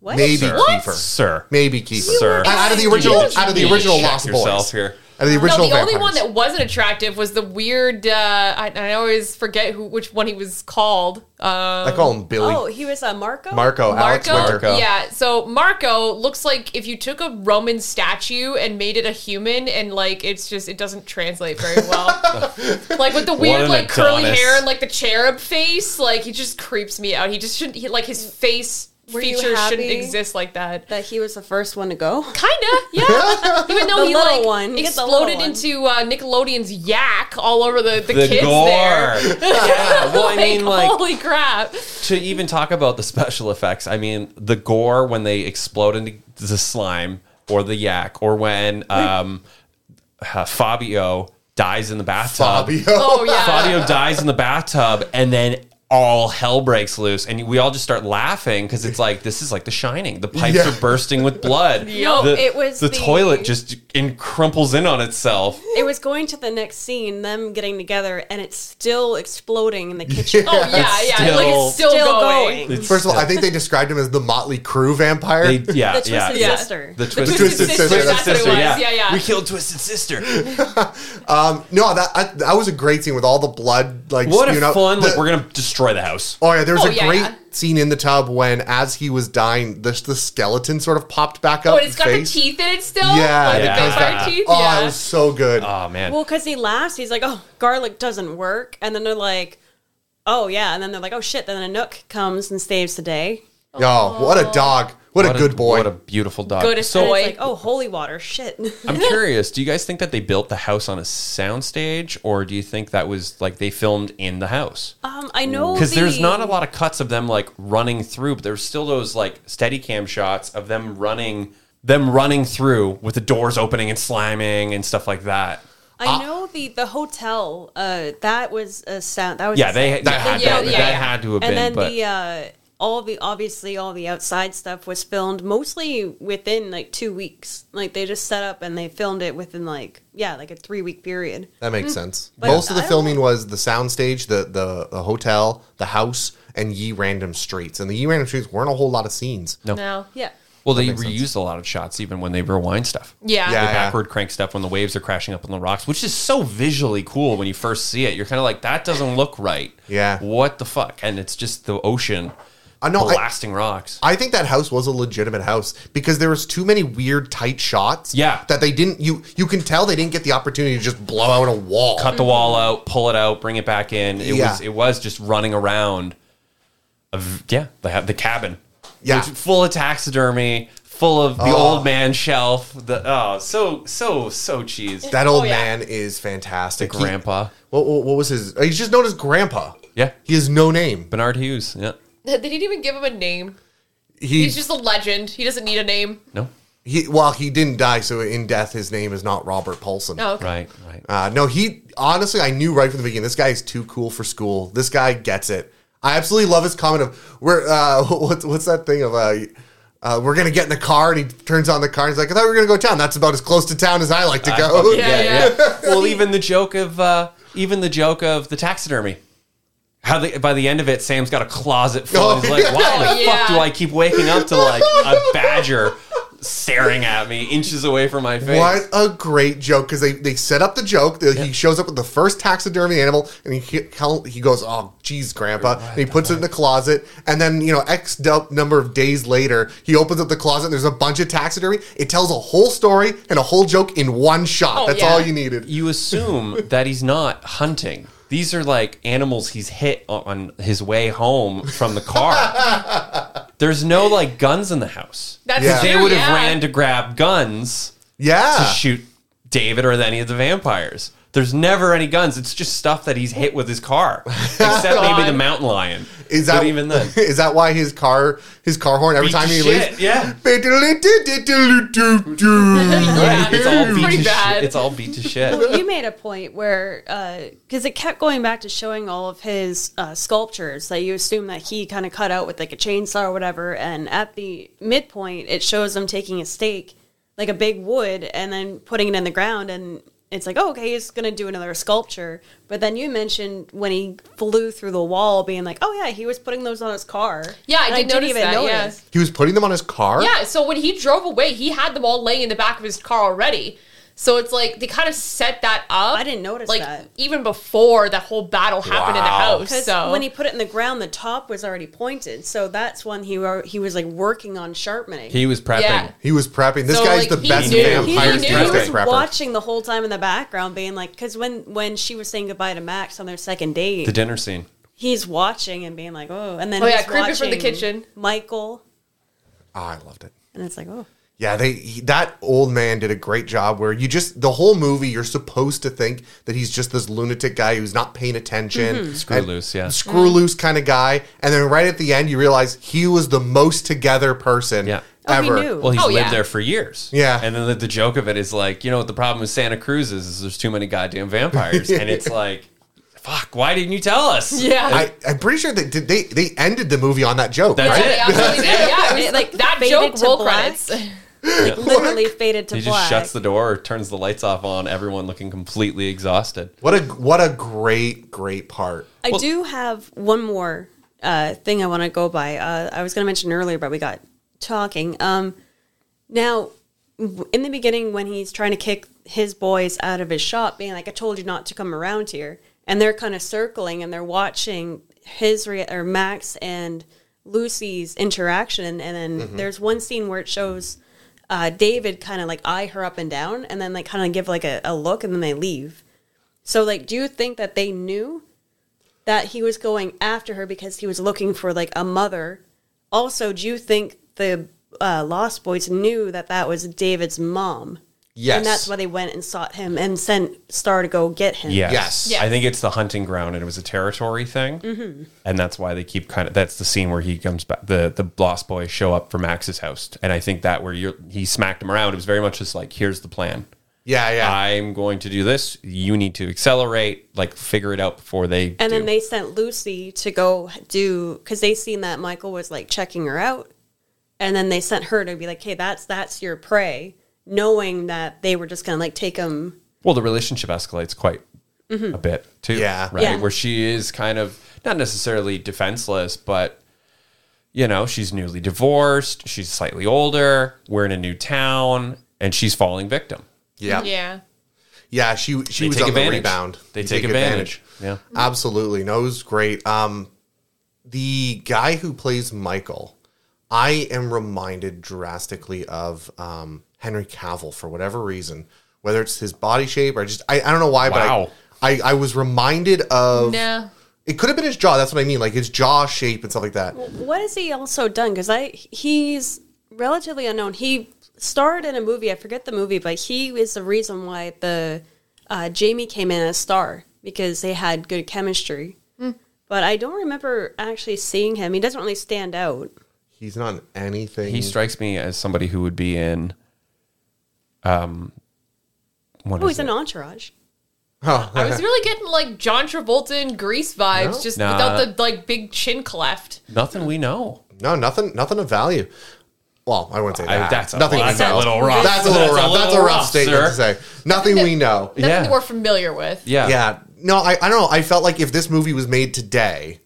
S3: What?
S4: Maybe
S1: Sir.
S4: Kiefer.
S1: Sir.
S4: Maybe Kiefer.
S1: Sir.
S4: Out out of the
S2: You
S4: original,
S2: just
S4: out of the
S1: need to
S4: original
S1: check
S4: Lost
S1: yourself
S4: Boys.
S1: here.
S4: Out of the
S2: No,
S4: original
S2: the only one
S4: vampires.
S2: that wasn't attractive was the weird. Uh, I, I always forget who which one he was called. Um,
S4: I call him Billy.
S3: Oh, he was uh, Marco?
S4: Marco, Alex
S2: Marco?
S4: Winter.
S2: Yeah, so Marco looks like if you took a Roman statue and made it a human, and like it's just it doesn't translate very
S4: <laughs>
S2: well. like with the weird
S1: an
S2: like curly
S1: Adonis.
S2: hair and like the cherub face, like he just creeps me out. He just shouldn't he, like his face
S3: Were you
S2: features shouldn't
S3: happy?
S2: exist like that.
S3: That he was the first one to
S2: <laughs>
S3: go.
S2: Kinda,
S4: <laughs>
S2: yeah. Even though
S3: The
S2: he
S3: little
S2: like
S3: one. You get the little
S2: exploded into
S3: one.
S2: uh, Nickelodeon's yak all over the the,
S1: The
S2: kids
S1: gore. <laughs>
S2: there.
S1: yeah. Well, I mean, like
S2: holy crap!
S1: to even talk about the special effects. I mean, the gore when they explode into the slime or the yak, or when um, uh, Fabio dies in the bathtub. <laughs>
S4: Fabio.
S3: <laughs>
S2: Oh yeah.
S1: Fabio dies in the bathtub, and then all hell breaks loose, and we all just start laughing because it's like this is like The Shining. The pipes
S4: Yeah.
S1: are bursting with blood.
S2: Yup.
S1: the,
S3: It was
S1: the,
S3: the-
S1: toilet just in crumples in on itself.
S3: It was going to the next scene, them getting together, and it's still exploding in
S1: <laughs>
S3: the kitchen.
S2: Oh yeah, yeah. like it's still, going.
S1: It's
S4: First of all, I think they described him as the Motley Crue vampire.
S1: they, yeah,
S3: The Twisted
S1: yeah,
S2: Yeah.
S3: Sister.
S1: The twisted,
S4: Twisted Sister, that's
S2: what it was. Yeah, yeah.
S1: We killed twisted sister.
S4: No, that I, that was a great scene with all the blood like
S1: What a
S4: spewing out.
S1: fun!
S4: The-
S1: like we're gonna destroy the house.
S4: oh yeah, there was
S2: Oh,
S4: a
S2: yeah,
S4: great
S2: yeah.
S4: scene in the tub when as he was dying, the the skeleton sort of popped back up.
S2: Oh, and it's
S4: his
S2: got
S4: face.
S2: the teeth in it still.
S4: Yeah,
S2: like
S4: and
S1: it
S2: the
S1: comes
S2: vampire
S1: back.
S2: teeth.
S4: Oh,
S2: yeah.
S4: it was so good.
S1: Oh man.
S3: Well, because he laughs, he's like, "Oh, garlic doesn't work," and then they're like, "Oh yeah," and then they're like, "Oh shit!" Then Anook comes and saves the day.
S4: oh, what a dog! What, a good boy!
S1: What a beautiful dog.
S2: Good as
S1: so
S3: And
S2: boy.
S3: it's like, "Oh, holy water, shit!" <laughs>
S1: I'm curious. Do you guys think that they built the house on a soundstage, or do you think that was like they filmed in the house?
S3: um, I know
S1: Because there's
S3: the-
S1: not a lot of cuts of them like running through, but there's still those like steady cam shots of them running, them running through with the doors opening and slamming and stuff like that. Ah.
S3: I know the the hotel. Uh, that was a sound. That was
S1: Yeah,
S3: a
S1: they
S3: sound.
S1: that had,
S2: Yeah,
S1: to,
S2: yeah,
S1: that
S2: yeah.
S1: had to have
S3: and
S1: been.
S3: then
S1: but
S3: the uh, all the obviously all the outside stuff was filmed mostly within like two weeks. Like they just set up and they filmed it within like yeah, like a three week period.
S4: that
S2: Mm.
S4: makes sense.
S3: But
S4: Most of
S3: I
S4: the
S3: don't
S4: filming was the soundstage, the, the the hotel, the house, and ye random streets. And the ye random streets weren't a whole lot of scenes.
S1: No.
S2: no.
S3: Yeah.
S1: well, they
S4: makes sense.
S1: reused a lot of shots even when they rewind stuff.
S2: Yeah.
S4: Yeah.
S1: the backward crank stuff when the waves are crashing up on the rocks, which is so visually cool when you first see it. You're kind of like, that doesn't look right.
S4: Yeah.
S1: What the fuck? And it's just the ocean
S4: I know, I-
S1: blasting rocks.
S4: I think that house was a legitimate house because there was too many weird tight shots.
S1: Yeah.
S4: that they didn't. You you can tell they didn't get the opportunity to just blow out a wall.
S1: Cut the wall out, pull it out, bring it back in. It
S4: Yeah.
S1: was it was just running around. Of yeah, they have the cabin.
S4: Yeah. Oh.
S1: It was full of taxidermy, full of the old man shelf. The oh, so so so cheese.
S4: That old
S2: Oh, yeah.
S4: man is fantastic. He-
S1: Grandpa
S4: what, what, what was his? He's just known as Grandpa.
S1: Yeah.
S4: he has no name.
S1: Bernard Hughes. Yeah,
S2: They didn't even give him a name.
S4: He,
S2: He's just a legend. He doesn't need a name.
S1: no,
S4: he well, he didn't die, so in death his name is not Robert Paulson.
S2: No, okay.
S1: right, right.
S4: Uh, no, he honestly, I knew right from the beginning. This guy is too cool for school. This guy gets it. I absolutely love his comment of "We're uh, <laughs> what's what's that thing of uh, uh, we're gonna get in the car and he turns on the car. And he's like, I thought we were gonna go to town. That's about as close to town as I like to go.
S1: <laughs> Fucking-
S2: Yeah,
S4: <laughs>
S1: well, even the joke of uh, even the joke of the taxidermy. How they, by the end of it, Sam's got a closet full.
S4: Oh,
S1: He's like,
S4: yeah.
S1: why the
S2: Oh, yeah.
S1: fuck do I keep waking up to like a badger staring at me inches away from my face?
S4: What a great joke! Because they, they set up the joke. that He shows up with the first taxidermy animal, and he he he goes, "Oh, geez, Grandpa!" and he puts it in the closet. And then you know, X del- number of days later, he opens up the closet. and There's a bunch of taxidermy. It tells a whole story and a whole joke in one shot.
S2: Oh,
S4: That's
S2: yeah.
S4: all you needed.
S1: You assume that he's not hunting. These are like animals he's hit on his way home from the car. There's no like guns in the house.
S2: That's
S4: Yeah.
S2: true.
S1: They would have
S2: yeah.
S1: ran to grab guns. to
S4: Yeah,
S1: shoot David or any of the vampires. There's never any guns. It's just stuff that he's hit with his
S4: <laughs>
S1: car, except maybe the mountain lion.
S4: is that
S1: but even then?
S4: <laughs> is that why his car his car horn every
S1: Beat
S4: time
S1: to
S4: he
S1: shit,
S4: leaves? <laughs>
S1: yeah.
S2: <laughs> Yeah,
S1: it's all beat
S2: pretty
S1: to
S2: bad.
S1: shit. It's all beat to shit.
S4: <laughs>
S3: Well, you made a point where because it kept going back to showing all of his uh, sculptures that you assume that he kind of cut out with like a chainsaw or whatever, and at the midpoint it shows him taking a stake, like a big wood, and then putting it in the ground, and it's like, oh, okay, he's gonna do another sculpture. But then you mentioned when he flew through the wall, being like, oh yeah, he was putting those on his car.
S2: Yeah, I
S3: And
S2: did notice that, yeah.
S4: He was putting them on his car.
S2: Yeah, so when he drove away, he had them all laying in the back of his car already. So it's like they kind of set that up.
S3: I didn't notice
S2: like,
S3: that.
S2: even before that whole battle happened in
S4: Wow.
S2: the house.
S3: Because
S2: So
S3: when he put it in the ground, the top was already pointed, so that's when he were, he was like working on sharpening.
S1: He was prepping.
S2: Yeah.
S4: He was prepping. This
S2: So,
S4: guy's
S2: like,
S4: the
S2: he
S4: best
S2: knew-
S4: vampire
S2: he knew.
S4: snake
S3: He was
S4: prepper.
S3: watching the whole time in the background, being like, because when when she was saying goodbye to Max on their second date,
S1: The dinner scene.
S3: he's watching and being like, oh, and then
S2: Oh,
S3: he's
S2: yeah, creeping from the
S3: watching
S2: kitchen.
S3: Michael,
S4: Ah, I loved it.
S3: and it's like, oh,
S4: Yeah, they he, that old man did a great job where you just the whole movie you're supposed to think that he's just this lunatic guy who's not paying attention,
S1: Screw
S4: and-
S1: loose, yeah.
S4: screw loose kind of guy, and then right at the end you realize he was the most together person
S1: Yeah.
S3: Oh, he
S4: ever.
S3: knew.
S1: Well, he's
S2: Oh,
S1: lived
S2: yeah.
S1: there for years.
S4: Yeah.
S1: And then the, the joke of it is like, you know what the problem with Santa Cruz is, is there's too many goddamn vampires. and
S4: <laughs>
S1: it's like, fuck, why didn't you tell us?
S2: yeah.
S4: I, I'm pretty sure that did they they ended the movie on that joke,
S1: That's
S4: right?
S1: it.
S2: yeah, they
S4: <laughs>
S2: absolutely did. Yeah, it was
S3: It,
S2: like <laughs>
S3: like,
S2: that
S3: faded
S2: joke
S3: to
S2: roll
S3: black.
S2: credits.
S3: literally faded to
S1: He
S3: black.
S1: just shuts the door, turns the lights off on everyone looking completely exhausted.
S4: What a what a great great part.
S3: I do have one more uh, thing I want to go by. Uh, I was going to mention earlier, but we got talking. Um, now, w- in the beginning, when he's trying to kick his boys out of his shop, being like, "I told you not to come around here," and they're kind of circling and they're watching his re- or Max and Lucy's interaction, and then there's one scene where it shows. Uh, David kind of like eye her up and down, and then they kind of give like a, a look, and then they leave. So, like, do you think that they knew that he was going after her because he was looking for like a mother. Also, do you think the uh, Lost Boys knew that that was David's mom?
S4: Yes.
S3: And that's why they went and sought him and sent Star to go get him.
S1: Yes.
S4: Yes.
S2: Yes.
S1: I think it's the hunting ground, and it was a territory thing,
S3: Mm-hmm.
S1: and that's why they keep kind of. That's the scene where he comes back. The the Lost Boys show up for Max's house, and I think that where you he smacked him around. It was very much just like, here's the plan.
S4: yeah, yeah.
S1: I'm going to do this. You need to accelerate, like figure it out before they.
S3: And
S1: do.
S3: then they sent Lucy to go do because they seen that Michael was like checking her out, and then they sent her to be like, "Hey, that's that's your prey," knowing that they were just gonna like take him.
S1: well the relationship escalates quite a bit too
S4: Yeah.
S1: right
S3: Yeah.
S1: where she is kind of not necessarily defenseless but you know she's newly divorced she's slightly older we're in a new town and she's falling victim
S4: yeah. Yeah.
S2: Yeah.
S4: She she
S1: they
S4: was
S1: take
S4: on
S1: advantage
S4: the rebound.
S1: they
S4: You
S1: take, advantage. yeah
S4: Absolutely. No, it was great. Um, the guy who plays Michael, I am reminded drastically of um, Henry Cavill for whatever reason, whether it's his body shape or just I, I don't know why,
S1: Wow.
S4: but I, I I was reminded of <laughs>
S2: No.
S4: it could have been his jaw. That's what I mean, like his jaw shape and stuff like that.
S3: What has he also done? Because I he's relatively unknown. He starred in a movie. I forget the movie, but he is the reason why the uh, Jamie came in as star because they had good chemistry.
S1: Hmm.
S3: But I don't remember actually seeing him. He doesn't really stand out.
S4: He's not in anything.
S1: He strikes me as somebody who would be in. Um, what
S3: Oh,
S1: is
S3: he's an
S1: it?
S3: entourage.
S2: I was really getting like John Travolta and Grease vibes,
S4: No?
S2: just
S1: Nah.
S2: without the like big chin cleft.
S1: Nothing we know.
S4: no nothing nothing of value. Well, I wouldn't say
S1: I-
S4: that.
S1: that's a-
S4: nothing.
S1: that's
S4: we
S1: a
S4: know.
S1: little rough.
S4: That's a little
S1: That's a
S4: rough. that's a
S1: little
S4: rough,
S1: rough,
S4: statement
S1: sir.
S4: to say. Nothing
S2: that-
S4: we know.
S2: Nothing
S1: Yeah.
S2: that we're familiar with.
S1: Yeah.
S4: yeah no I, I don't know i felt like if this movie was made today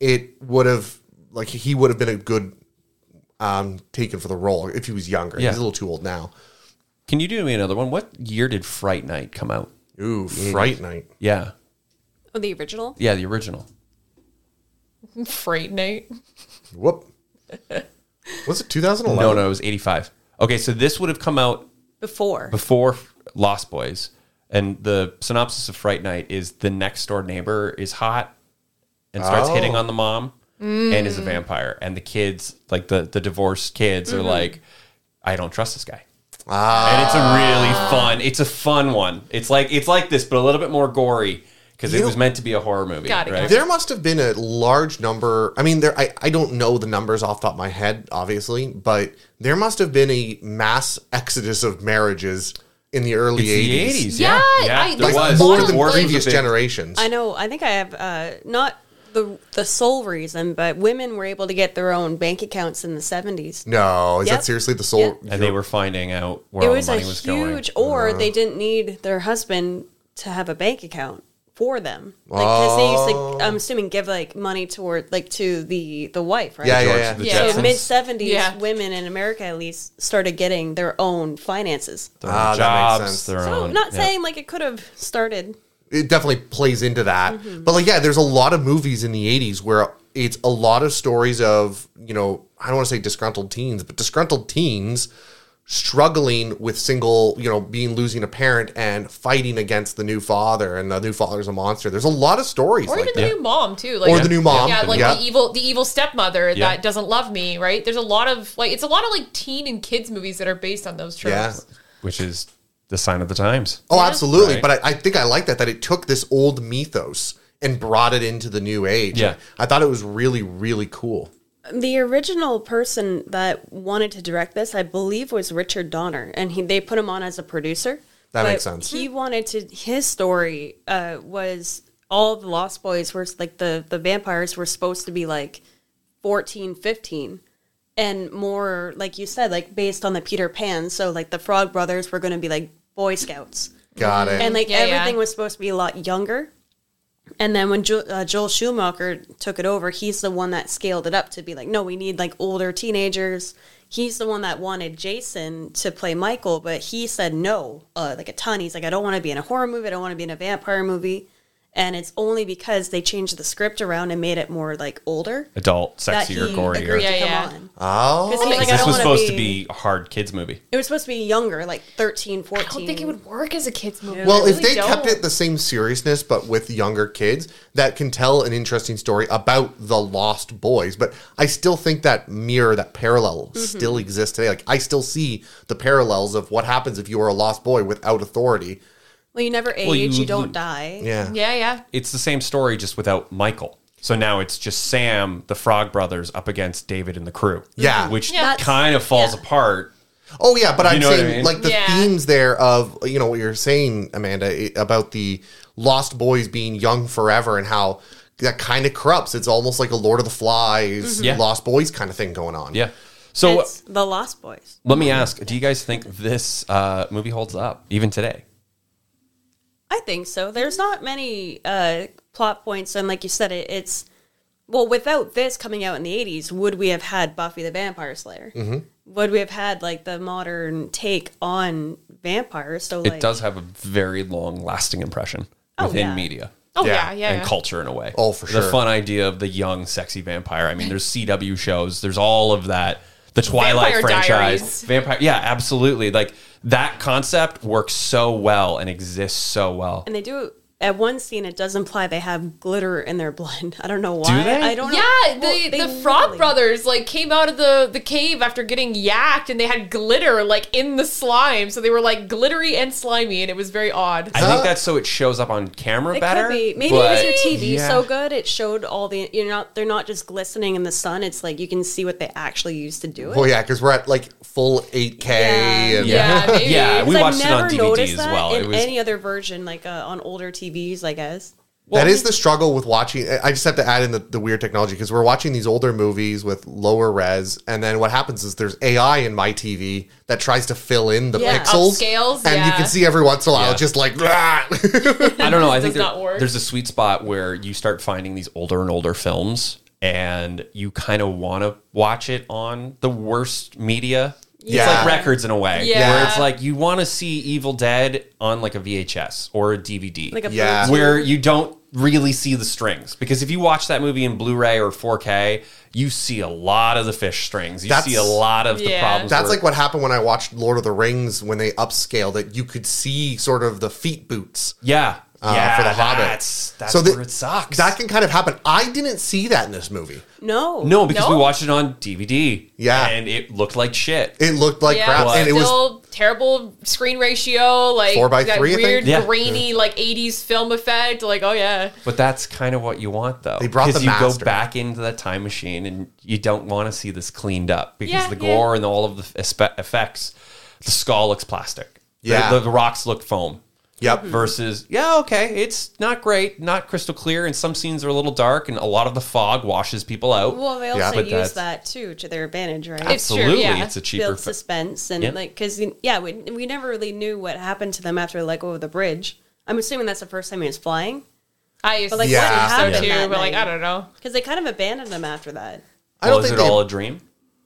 S4: it would have like he would have been a good um taken for the role if he was younger
S1: Yeah.
S4: he's a little too old now
S1: Can you do me another one? What year did Fright Night come out?
S4: ooh fright night
S1: Yeah.
S3: Oh, the original.
S1: Yeah, the original.
S2: Freight night.
S1: <laughs>
S4: whoop was it 2011
S1: No, no, it was 85. Okay, so this would have come out
S3: Before.
S1: before Lost Boys. And the synopsis of Fright Night is the next door neighbor is hot and starts
S4: Oh.
S1: hitting on the mom and is a vampire. And the kids, like the, the divorced kids, are like, I don't trust this guy.
S4: ah
S1: And it's a really fun, it's a fun one. It's like it's like this, but a little bit more gory because it
S4: You-
S1: was meant to be a horror movie.
S2: Got it, got
S1: right?
S2: it.
S4: there must have been a large number i mean there I, I don't know the numbers off the top of my head obviously but there must have been a mass exodus of marriages in the early
S1: It's the
S4: 80s,
S1: 80s.
S2: Yeah,
S1: Yeah,
S2: I-
S1: there
S2: Like,
S1: was.
S4: more
S2: Divorce
S4: than
S2: was a
S4: previous
S1: big-
S4: generations
S3: I know. I think I have uh, not the the sole reason, but women were able to get their own bank accounts in the seventies.
S4: No, is that
S3: Yep.
S4: seriously the sole?
S3: Yep.
S1: And they were finding out where
S3: It
S1: all
S3: was
S1: the
S3: a
S1: money was going. Uh-huh.
S3: huge, or they didn't need their husband to have a bank account for them, like because they used to,
S1: Oh.
S3: I'm assuming, give like money toward like to the the wife, right?
S4: Yeah,
S1: George,
S4: yeah, yeah.
S1: the
S2: Yeah.
S1: Jetsons.
S3: So mid seventies,
S2: Yeah.
S3: women in America at least started getting their own finances.
S1: their
S4: Ah,
S1: own
S4: that makes
S1: jobs,
S4: sense.
S1: their
S3: So
S1: own.
S3: not
S1: yeah.
S3: saying like it could have started.
S4: It definitely plays into that.
S3: Mm-hmm.
S4: But like, yeah, there's a lot of movies in the '80s where it's a lot of stories of you know I don't want to say disgruntled teens, but disgruntled teens struggling with single, you know, being losing a parent and fighting against the new father, and the new father's a monster. There's a lot of stories
S2: Or
S4: like
S2: even the
S4: that.
S2: new mom too. Like
S4: Or the new mom.
S2: Yeah, like
S4: Yeah.
S2: the evil the evil stepmother
S1: Yeah.
S2: that doesn't love me, right? There's a lot of like it's a lot of like teen and kids movies that are based on those tropes.
S4: Yeah.
S1: which is the sign of the times.
S4: Oh, absolutely.
S1: Right.
S4: But I, I think I like that that it took this old mythos and brought it into the new age.
S1: Yeah.
S4: I thought it was really, really cool.
S3: The original person that wanted to direct this, I believe, was Richard Donner, and he, they put him on as a producer.
S4: That
S3: But
S4: makes sense.
S3: He wanted to. His story uh, was all the Lost Boys were like the the vampires were supposed to be like 14, 15, and more like you said, like based on the Peter Pan. So like the Frog Brothers were going to be like Boy Scouts
S4: Got it.
S3: Mm-hmm. and like
S2: Mm, Yeah, yeah.
S3: everything was supposed to be a lot younger. And then when jo- uh, Joel Schumacher took it over, he's the one that scaled it up to be like, no, we need like older teenagers. He's the one that wanted Jason to play Michael, but he said no, uh, like a ton. He's like, I don't want to be in a horror movie. I don't want to be in a vampire movie. And it's only because they changed the script around and made it more like older
S1: Adult,
S3: that
S1: sexier,
S3: he
S1: gorier.
S3: agreed
S2: Yeah,
S3: to come
S2: yeah.
S3: on.
S4: oh,
S3: 'Cause he's like, I
S1: This
S3: don't
S1: was
S3: wanna
S1: supposed to be a hard kids movie.
S3: It was supposed to be younger, like 13, 14.
S2: I don't think it would work as a kids movie.
S4: Well,
S2: I
S4: if
S2: really
S4: they kept
S2: don't.
S4: it the same seriousness but with younger kids, that can tell an interesting story about the lost boys. But I still think that mirror, that parallel,
S2: Mm-hmm.
S4: still exists today. Like I still see the parallels of what happens if you are a lost boy without authority.
S3: Well, you never age,
S1: you
S3: you, don't
S1: lo-
S3: die.
S4: Yeah,
S2: Yeah, yeah.
S1: It's the same story, just without Michael. So now it's just Sam, the Frog Brothers, up against David and the crew.
S3: Mm-hmm.
S4: Yeah.
S1: which
S2: Yeah. That's-
S1: kind of falls
S3: yeah.
S1: apart.
S4: Oh yeah, but I'm
S1: know what I
S4: saying
S1: mean?
S4: like the
S2: Yeah.
S4: themes there of you know what you're saying, Amanda, i- about the lost boys being young forever and how that kind of corrupts. It's almost like a Lord of the Flies,
S2: Mm-hmm.
S1: Yeah.
S4: lost boys kind of thing going on.
S1: Yeah. So uh,
S3: It's the Lost Boys.
S1: let me ask: Do you guys think this uh, movie holds up even today?
S3: I think so. There's not many uh, plot points, and like you said, it, it's well, without this coming out in the '80s, would we have had Buffy the Vampire Slayer?
S1: Mm-hmm.
S3: Would we have had like the modern take on vampires? So like,
S1: it does have a very long lasting impression
S3: Oh,
S1: within
S3: yeah.
S1: media.
S2: Oh
S4: Yeah,
S2: yeah,
S3: Uh,
S2: yeah.
S1: and
S2: yeah.
S1: culture in a way.
S4: Oh, for
S1: The
S4: sure.
S1: fun idea of the young, sexy vampire. I mean, there's CW shows, there's all of that. The Twilight
S2: Vampire
S1: franchise.
S2: Diaries.
S1: Vampire. Yeah, absolutely. Like that concept works so well and exists so well.
S3: And they do at one scene. It does imply they have glitter in their <laughs> blood. I don't know why.
S1: they?
S3: I don't.
S2: yeah,
S3: know.
S2: the, the
S3: Well, they
S2: Frog
S3: literally-
S2: Brothers like came out of the, the cave after getting yacked, and they had glitter like in the slime, so they were like glittery and slimy, and it was very odd.
S1: I think that's so it shows up on camera
S3: It
S1: better.
S3: could be. Maybe
S1: but-
S3: it was your TV
S1: Yeah.
S3: so good it showed all the. You're not. They're not just glistening in the sun. It's like you can see what they actually used to do it.
S4: Well, yeah, because we're at like full 8K.
S3: Yeah.
S1: Yeah,
S4: And
S1: <laughs>
S2: Yeah,
S1: yeah,
S2: maybe.
S1: we
S3: Because
S1: watched it on DVD as
S3: that
S1: well.
S3: in
S1: It was
S3: any other version, like uh, on older TVs, I guess.
S4: that is the struggle with watching. I I just have to add in the, the weird technology because we're watching these older movies with lower res, and then what happens is there's AI in my TV that tries to fill in the
S3: Yeah,
S4: pixels,
S2: upscales,
S4: and you
S2: yeah.
S4: can see every once in a while
S1: Yeah.
S4: just like "Rah!" <laughs>
S1: I don't know. I think
S2: does
S1: there-
S2: not work.
S1: there's a sweet spot where you start finding these older and older films, and you kind of want to watch it on the worst media. It's
S4: Yeah.
S1: like records in a way,
S2: Yeah.
S1: where it's like you want to see Evil Dead on like a VHS or a DVD,
S3: Like a
S4: Yeah.
S1: where you don't really see the strings. Because if you watch that movie in Blu-ray or 4K, you see a lot of the fish strings. You
S4: That's-
S1: see a lot of the
S2: Yeah.
S1: problems.
S4: That's
S1: where-
S4: like what happened when I watched Lord of the Rings when they upscaled it. You could see sort of the feet boots.
S1: yeah,
S4: uh,
S1: yeah,
S4: for the Hobbit.
S1: That's that's
S4: So the-
S1: where it sucks.
S4: That can kind of happen. I didn't see that in this movie.
S3: No.
S1: No, because we
S2: No?
S1: watched it on DVD.
S4: Yeah.
S1: And it looked like shit.
S4: It looked like
S2: yeah,
S4: crap, and it was
S2: still terrible screen ratio, like
S4: Four by
S2: that
S4: three, I think?
S2: weird
S1: Yeah.
S2: grainy like '80s film effect. Like, oh yeah,
S1: but that's kind of what you want, though.
S4: They brought
S1: Because
S4: the
S1: you go
S4: master.
S1: back into that time machine and you don't want to see this cleaned up because
S2: Yeah,
S1: the
S2: yeah.
S1: gore and all of the espe- effects, the skull looks plastic. The-
S4: Yeah.
S1: The, the rocks look foam.
S4: Yep.
S1: Mm-hmm. Versus, yeah, okay, it's not great, not crystal clear, and some scenes are a little dark, and a lot of the fog washes people out.
S3: Well, they
S4: Yeah,
S3: also
S1: but
S3: use
S1: that's-
S3: that too to their advantage, right?
S2: It's true,
S1: Absolutely,
S2: yeah.
S1: it's a cheaper.
S3: built
S1: fi-
S3: suspense and
S1: Yeah.
S3: like because yeah, we, we never really knew what happened to them after they let go of the bridge. I'm assuming that's the first time he was flying
S2: I used
S3: But, like,
S2: to
S4: what
S2: yeah.
S4: happened
S2: so too,
S3: that
S2: but like
S3: night?
S2: I don't know.
S3: because they kind of abandoned them after that.
S4: I don't
S1: well, is
S4: think
S1: it
S4: they-
S1: all a dream?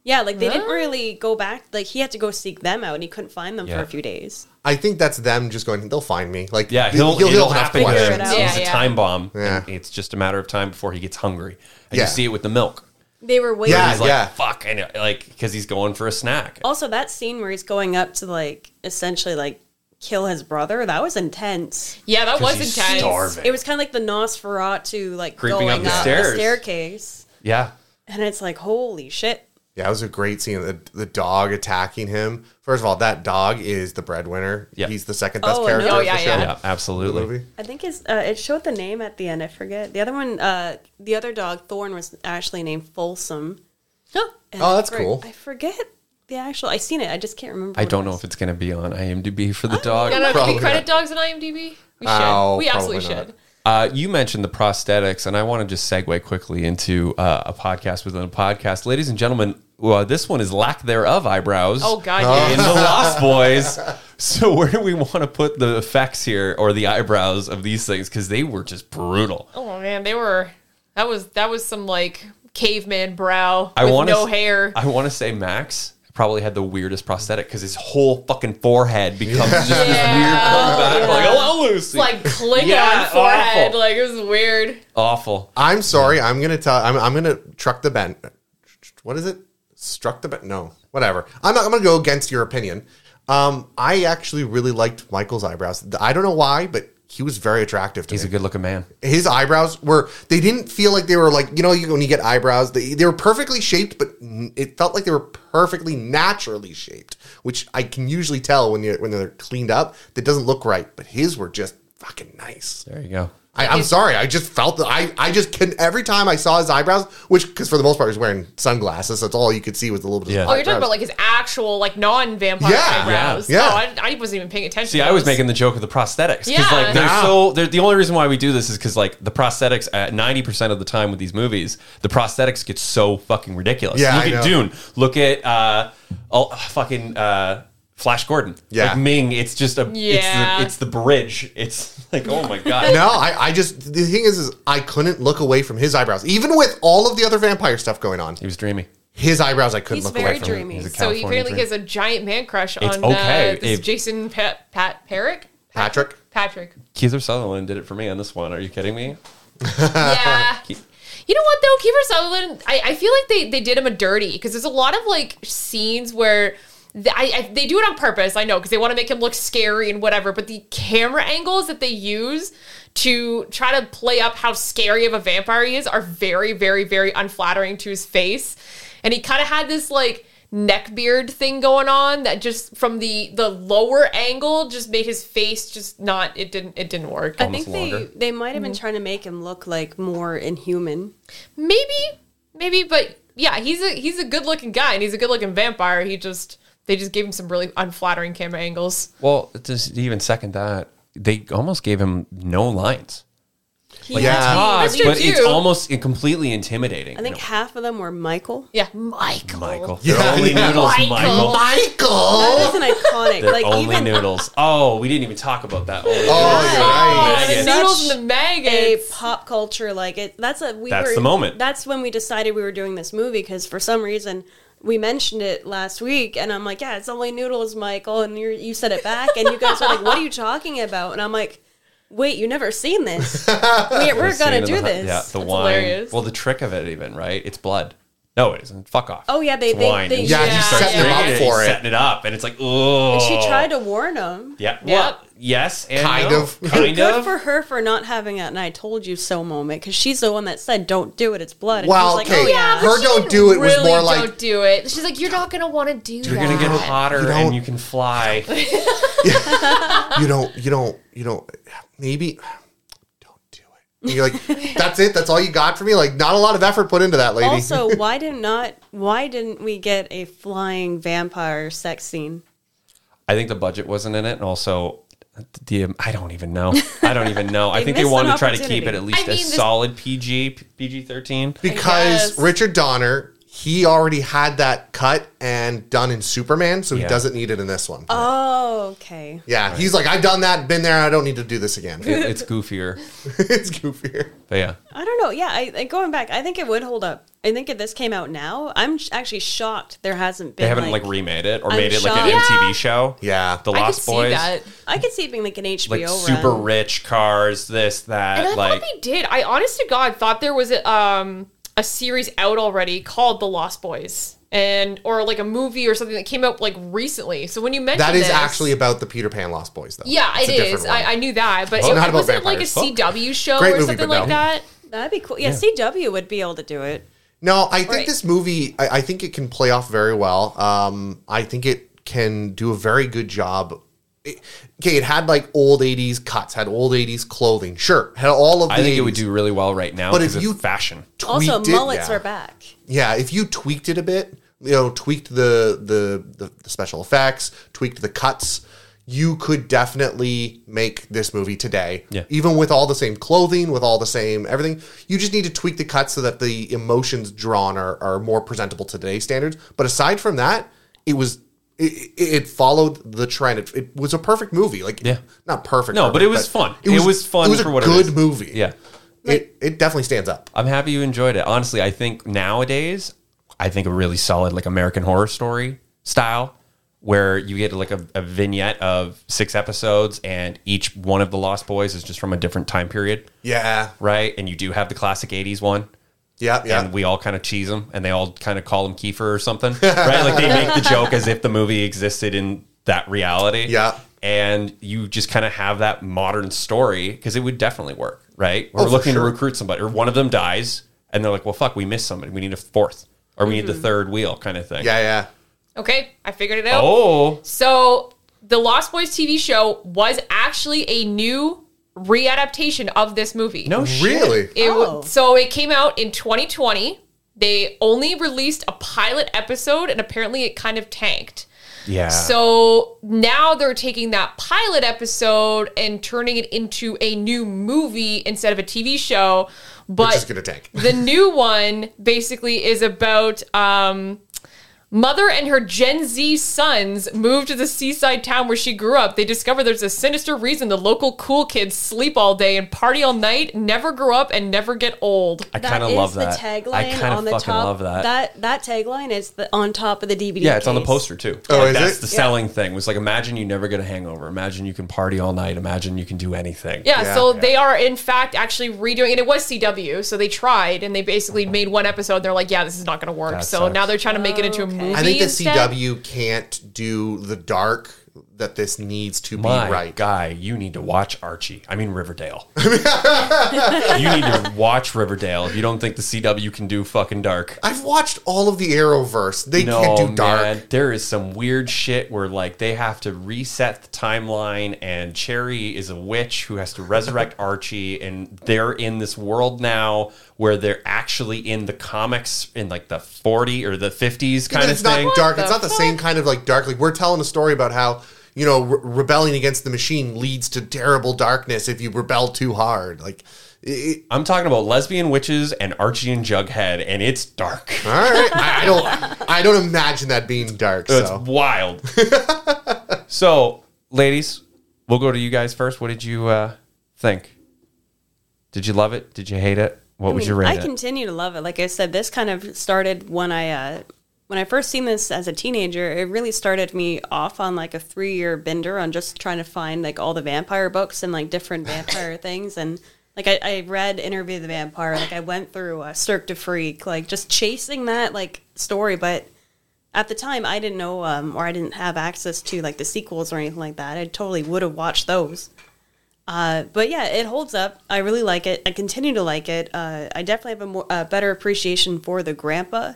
S3: Yeah, like they didn't really go back. Like he had to go seek them out, and he couldn't find them
S1: Yeah.
S3: for a few days.
S4: I think that's them just going. They'll find me. Like
S1: Yeah,
S4: th-
S1: he'll, he'll,
S4: have
S1: happen
S4: to
S1: to
S3: figure
S1: him.
S3: it out.
S1: He's a
S2: Yeah, yeah.
S1: time bomb.
S4: Yeah.
S1: And it's just a matter of time before he gets hungry. And
S4: Yeah. Ah,
S1: you see it with the milk.
S3: They were waiting.
S1: He's like,
S4: Yeah.
S1: fuck. And it- like, because he's going for a snack.
S2: Oh,
S3: Also, that scene where he's going up to like essentially like kill his brother, that was intense.
S2: Yeah, that
S1: 'Cause
S2: was
S1: he's
S2: intense.
S1: starving.
S3: It was kind of like the Nosferatu like
S1: Creeping
S3: going
S1: up
S3: up
S1: the
S3: the,
S1: stairs.
S3: staircase,
S1: Yeah.
S3: and it's like holy shit.
S4: Yeah, it was a great scene. The, the dog attacking him. First of all, that dog is the breadwinner.
S1: Yeah.
S4: He's the second best
S3: Oh,
S4: character
S3: no,
S4: of the
S2: yeah,
S4: show.
S2: yeah.
S1: Yeah, absolutely.
S4: Movie.
S3: I think it's, uh, it showed the name at the end. I forget. The other one, uh, the other dog, Thorn, was actually named Folsom. And
S4: Oh, that's
S3: I
S4: cool.
S3: I forget the actual. I seen it. I just can't remember.
S1: I
S3: what it
S1: don't know
S3: was.
S1: if it's going to be on IMDb for the dog.
S2: I don't know if
S4: Probably
S2: we credit
S4: not.
S2: dogs on IMDb. We should.
S4: Oh,
S2: we absolutely
S4: probably not.
S2: should.
S1: Uh, you mentioned the prosthetics, and I want to just segue quickly into uh, a podcast within a podcast. Ladies and gentlemen, well, this one is Lack Thereof Eyebrows.
S2: Oh god, yeah.
S1: in the Lost Boys. So where do we want to put the effects here or the eyebrows of these things? Because they were just brutal.
S2: Oh man, they were. That was that was some like caveman brow
S1: I
S2: with
S1: wanna
S2: no
S1: s-
S2: hair.
S1: I want to say Max probably had the weirdest prosthetic because his whole fucking forehead becomes just this weird
S2: Yeah.
S1: back. Like, "Oh, hello,
S2: It's
S1: Lucy.
S2: like click
S1: Yeah,
S2: on forehead.
S1: awful.
S2: Like it was weird.
S1: awful.
S4: I'm sorry. I'm gonna tell. I'm, I'm gonna truck the bent. What is it? Struck the bent? No, whatever. I'm not. I'm gonna go against your opinion. Um, I actually really liked Michael's eyebrows. I don't know why, but he was very attractive to
S1: He's
S4: me.
S1: a good-looking man.
S4: his eyebrows were they didn't feel like they were like you know you, when you get eyebrows they, they were perfectly shaped but n- it felt like they were perfectly naturally shaped which i can usually tell when you when they're cleaned up that doesn't look right but his were just fucking nice
S1: There you go.
S4: I, i'm sorry i just felt that i i just can every time i saw his eyebrows which because for the most part he was wearing sunglasses that's all you could see was a little bit
S1: Yeah.
S4: of
S2: Oh, you're talking about
S4: eyebrows.
S2: like his actual like non-vampire
S4: Yeah.
S2: eyebrows.
S4: Yeah.
S2: Oh, I, I wasn't even paying attention.
S1: See,
S2: to
S1: I was
S2: those.
S1: making the joke of the prosthetics because,
S2: Yeah.
S1: like, they're
S4: Yeah.
S1: so. They're, the only reason why we do this is because, like, the prosthetics at ninety percent of the time with these movies, the prosthetics get so fucking ridiculous.
S4: Yeah,
S1: look
S4: I
S1: at
S4: know.
S1: Dune. Look at uh, all, fucking uh, Flash Gordon.
S4: Yeah.
S1: like Ming. It's just a. It's
S2: Yeah.
S1: the, it's the bridge. It's <laughs> like, oh my god.
S4: no, I, I just the thing is, is I couldn't look away from his eyebrows, even with all of the other vampire stuff going on.
S1: He was dreamy.
S4: His eyebrows, I couldn't
S3: He's
S4: look
S3: very
S4: away from.
S3: dreamy.
S1: He's a
S2: So he
S1: California
S2: apparently
S1: dream.
S2: has a giant man crush on
S1: okay.
S2: uh, this
S1: It-
S2: Jason Pat Pat Perrick.
S4: Patrick.
S2: Patrick.
S1: Keith Sutherland did it for me on this one. Are you kidding me?
S2: yeah. You know what though, Kiefer Sutherland, I, I feel like they they did him a dirty because there's a lot of like scenes where the, I, I, they do it on purpose. I know because they want to make him look scary and whatever. But the camera angles that they use to try to play up how scary of a vampire he is are very, very, very unflattering to his face. And he kind of had this like neck beard thing going on that just from the the lower angle just made his face just not it didn't it didn't work
S3: I
S1: Almost
S3: think they,
S1: longer. Mm-hmm.
S3: they might have been trying to make him look like more inhuman.
S2: maybe maybe but yeah he's a he's a good looking guy and he's a good looking vampire he just they just gave him some really unflattering camera angles
S1: Well, just even second that, they almost gave him no lines. Like,
S4: Yeah.
S1: it's
S2: That's
S1: hard,
S2: true,
S1: but it's
S2: too.
S1: almost completely intimidating.
S3: I think
S1: You know,
S3: half of them were Michael.
S2: yeah michael
S1: Michael.
S4: Yeah,
S1: They're only
S4: <laughs> yeah.
S1: noodles,
S2: Michael.
S1: Michael.
S4: Michael.
S3: That is an iconic.
S1: Oh. <laughs> They're
S3: like
S1: only
S3: even <laughs>
S1: noodles. Oh, we didn't even talk about that. Only
S4: Oh,
S1: noodles.
S4: you're right.
S2: the
S1: Maggots.
S2: noodles and the
S3: a
S2: maggots
S3: pop culture like it that's a we
S1: That's
S3: were,
S1: the moment.
S3: that's when we decided we were doing this movie because for some reason we mentioned it last week and i'm like yeah it's only noodles michael and you you said it back and you guys were like what are you talking about and i'm like wait you never seen
S4: <laughs>
S3: this we,
S1: The
S3: we're
S1: scene in
S3: gonna do
S1: the, hu-
S3: this
S1: Yeah, the wine.
S2: hilarious.
S1: Well, the trick of it, even right? It's blood. No, it isn't. Fuck off.
S3: oh yeah they
S1: It's
S3: they, they
S4: Yeah,
S2: Yeah.
S4: he's setting
S1: Drinking
S4: him up
S1: it,
S4: for
S1: he's
S4: it.
S1: setting it up, and it's like, oh.
S3: and she tried to warn him
S1: Yeah.
S2: Yeah.
S1: Well, yes, and
S4: Kind
S1: no.
S4: of.
S1: kind
S3: Good
S1: of.
S3: for her for not having an I told you so moment because she's the one that said, don't do it, it's blood. And
S4: Well,
S3: she's like,
S4: okay.
S3: oh, yeah.
S4: Her
S2: she
S4: don't
S2: didn't
S4: do it was
S2: really
S4: more like-
S2: don't do it she's like you're not gonna want to do
S1: You're
S2: that
S1: gonna get hotter,
S4: You don't-
S1: and you can
S4: <laughs>
S1: fly.
S4: you don't you don't you don't maybe don't do it And you're like that's it that's all you got for me like not a lot of effort put into that lady
S3: Also, why did not why didn't we get a flying vampire sex scene?
S1: I think the budget wasn't in it, and also the I don't even know. I don't even know. I
S3: <laughs> They
S1: think they
S3: missed
S1: wanted
S3: an
S1: to try to keep it at
S3: opportunity.
S1: least
S2: I
S1: a
S2: mean, this-
S1: solid PG PG
S3: <laughs>
S1: thirteen.
S4: because
S2: guess.
S4: richard donner he already had that cut and done in superman so he
S1: Yeah.
S4: doesn't need it in this one.
S3: Oh, okay.
S4: yeah he's like i've done that been there i don't need to do this again
S1: It's goofier,
S4: <laughs> it's goofier
S1: but yeah.
S3: I don't know. Yeah, I, I- going back, I think it would hold up. I think if this came out now, I'm sh- actually shocked there hasn't been.
S1: They haven't
S3: like,
S1: like, remade it or
S3: I'm
S1: made it like
S3: shocked.
S1: an MTV show.
S4: yeah
S1: The
S2: i could
S1: Lost
S2: see
S1: Boys,
S2: that
S3: I could see it being like an HBO
S1: like
S3: run.
S1: super rich cars, this that,
S2: And I
S1: like
S2: thought they did. I honest to God thought there was a, um, a series out already called The Lost Boys, and or like a movie or something that came out like recently. So when you mentioned
S4: that is
S2: this-
S4: actually about the peter pan lost boys though
S2: yeah,
S4: It's
S2: it
S4: a different
S2: is.
S4: one.
S2: I, I knew that, but
S4: Well,
S2: it,
S4: not about
S2: wasn't like a
S4: vampires.
S2: CW show or
S4: Great movie,
S2: something
S4: but
S2: like
S4: no.
S2: that.
S3: That'd be cool. Yeah, CW would be able to do it.
S4: No, I think
S3: Right.
S4: this movie, I, I think it can play off very well. Um, I think it can do a very good job. It- okay, it had like old 80s cuts, had old 80s clothing. Sure, had all of the
S1: I think it would
S4: 80s.
S1: do really well right now.
S4: But
S1: But
S4: if
S1: if it's
S4: you-
S1: fashion,
S3: Also,
S4: Tweaked it,
S3: mullets
S4: yeah.
S3: are back.
S4: Yeah, if you tweaked it a bit, you know, tweaked the the, the the special effects, tweaked the cuts, you could definitely make this movie today.
S1: Yeah.
S4: Even with all the same clothing, with all the same everything, you just need to tweak the cuts so that the emotions drawn are are more presentable to today's standards. But aside from that, it was. It, it- it followed the trend. It, it was a perfect movie. Like,
S1: Yeah.
S4: not perfect.
S1: No, but it was fun. It was fun
S4: It was
S1: for
S4: a
S1: what it
S4: good
S1: is.
S4: movie.
S1: yeah.
S4: it it definitely stands up.
S1: I'm happy you enjoyed it. Honestly, I think nowadays, I think a really solid like American Horror Story style, where you get like a, a vignette of six episodes, and each one of the Lost Boys is just from a different time period,
S4: Yeah,
S1: right? And you do have the classic '80s one,
S4: yeah, yeah.
S1: and we all kind of cheese them, and they all kind of call him Kiefer or something, <laughs> right? Like they make the joke as if the movie existed in that reality.
S4: Yeah.
S1: And you just kind of have that modern story because it would definitely work, right? We're
S4: for
S1: looking
S4: sure.
S1: to recruit somebody, or one of them dies, and they're like, well, fuck, we missed somebody. We need a fourth, or we need the third wheel kind of thing.
S4: yeah, yeah.
S2: Okay, I figured it out.
S1: Oh,
S2: So the Lost Boys TV show was actually a new readaptation of this movie.
S1: no shit.
S4: Really?
S2: It w-
S3: Oh.
S2: so it came out in 2020. They only released a pilot episode, and apparently it kind of tanked.
S1: Yeah.
S4: Ah.
S2: So now they're taking that pilot episode and turning it into a new movie instead of a TV show. But
S4: Which is gonna tank.
S2: the new one basically is about um Mother and her Gen Z sons moved to the seaside town where she grew up. They discover there's a sinister reason the local cool kids sleep all day and party all night, never grow up, and never get old.
S1: I kind of
S3: is
S1: love
S3: the
S1: that.
S3: tagline
S1: I kind
S3: on
S1: of
S3: the
S1: fucking
S3: top.
S1: love that.
S3: That that tagline is the, on top of the DVD.
S1: Yeah, it's on the
S3: case.
S1: poster too.
S4: Oh,
S1: Like,
S4: is
S1: that's
S4: it?
S1: the selling thing. Was like, imagine you never get a hangover. Imagine you can party all night. Imagine you can do anything.
S2: Yeah,
S4: Yeah.
S2: so they are in fact actually redoing it. It was CW, so they tried and they basically made one episode. And they're like, yeah, this is not going to work.
S1: That
S2: so
S1: sucks.
S2: now they're trying to make it into a
S3: Oh, Okay.
S2: movie.
S4: I think the
S2: instead.
S4: CW can't do the dark that this needs to
S1: My
S4: be right.
S1: guy, you need to watch Archie. I mean
S4: <laughs>
S1: Riverdale. you need to watch Riverdale if you don't think the CW can do fucking dark.
S4: I've watched all of the Arrowverse. They
S1: no,
S4: can't do dark.
S1: man, there is some weird shit where like they have to reset the timeline, and Cherry is a witch who has to
S4: <laughs>
S1: resurrect Archie, and they're in this world now where they're actually in the comics in like the forty or the fifties kind
S4: And
S1: of
S4: it's not
S1: thing.
S4: dark.
S2: What
S4: It's
S2: the
S4: not the same kind of like dark. Like we're telling a story about how you know re- rebelling against the machine leads to terrible darkness if you rebel too hard. Like, it,
S1: I'm talking about lesbian witches and Archie and Jughead, and it's dark.
S4: all right, I, I don't, I don't imagine that being dark.
S1: It's
S4: So
S1: wild. so, ladies, we'll go to you guys first. What did you uh, think? Did you love it? Did you hate it? What would you rate
S3: I
S1: it?
S3: continue to love it. Like I said, this kind of started when I uh, when I first seen this as a teenager. It really started me off on like a three year bender on just trying to find like all the vampire books and like
S1: <laughs>
S3: different vampire things. And like I, I read Interview with the Vampire. Like I went through uh, Cirque du Freak. Like just chasing that like story, but. At the time, I didn't know, um, or I didn't have access to like the sequels or anything like that. I totally would have watched those. Uh, but yeah, it holds up. I really like it. I continue to like it. Uh, I definitely have a more, uh, better appreciation for the grandpa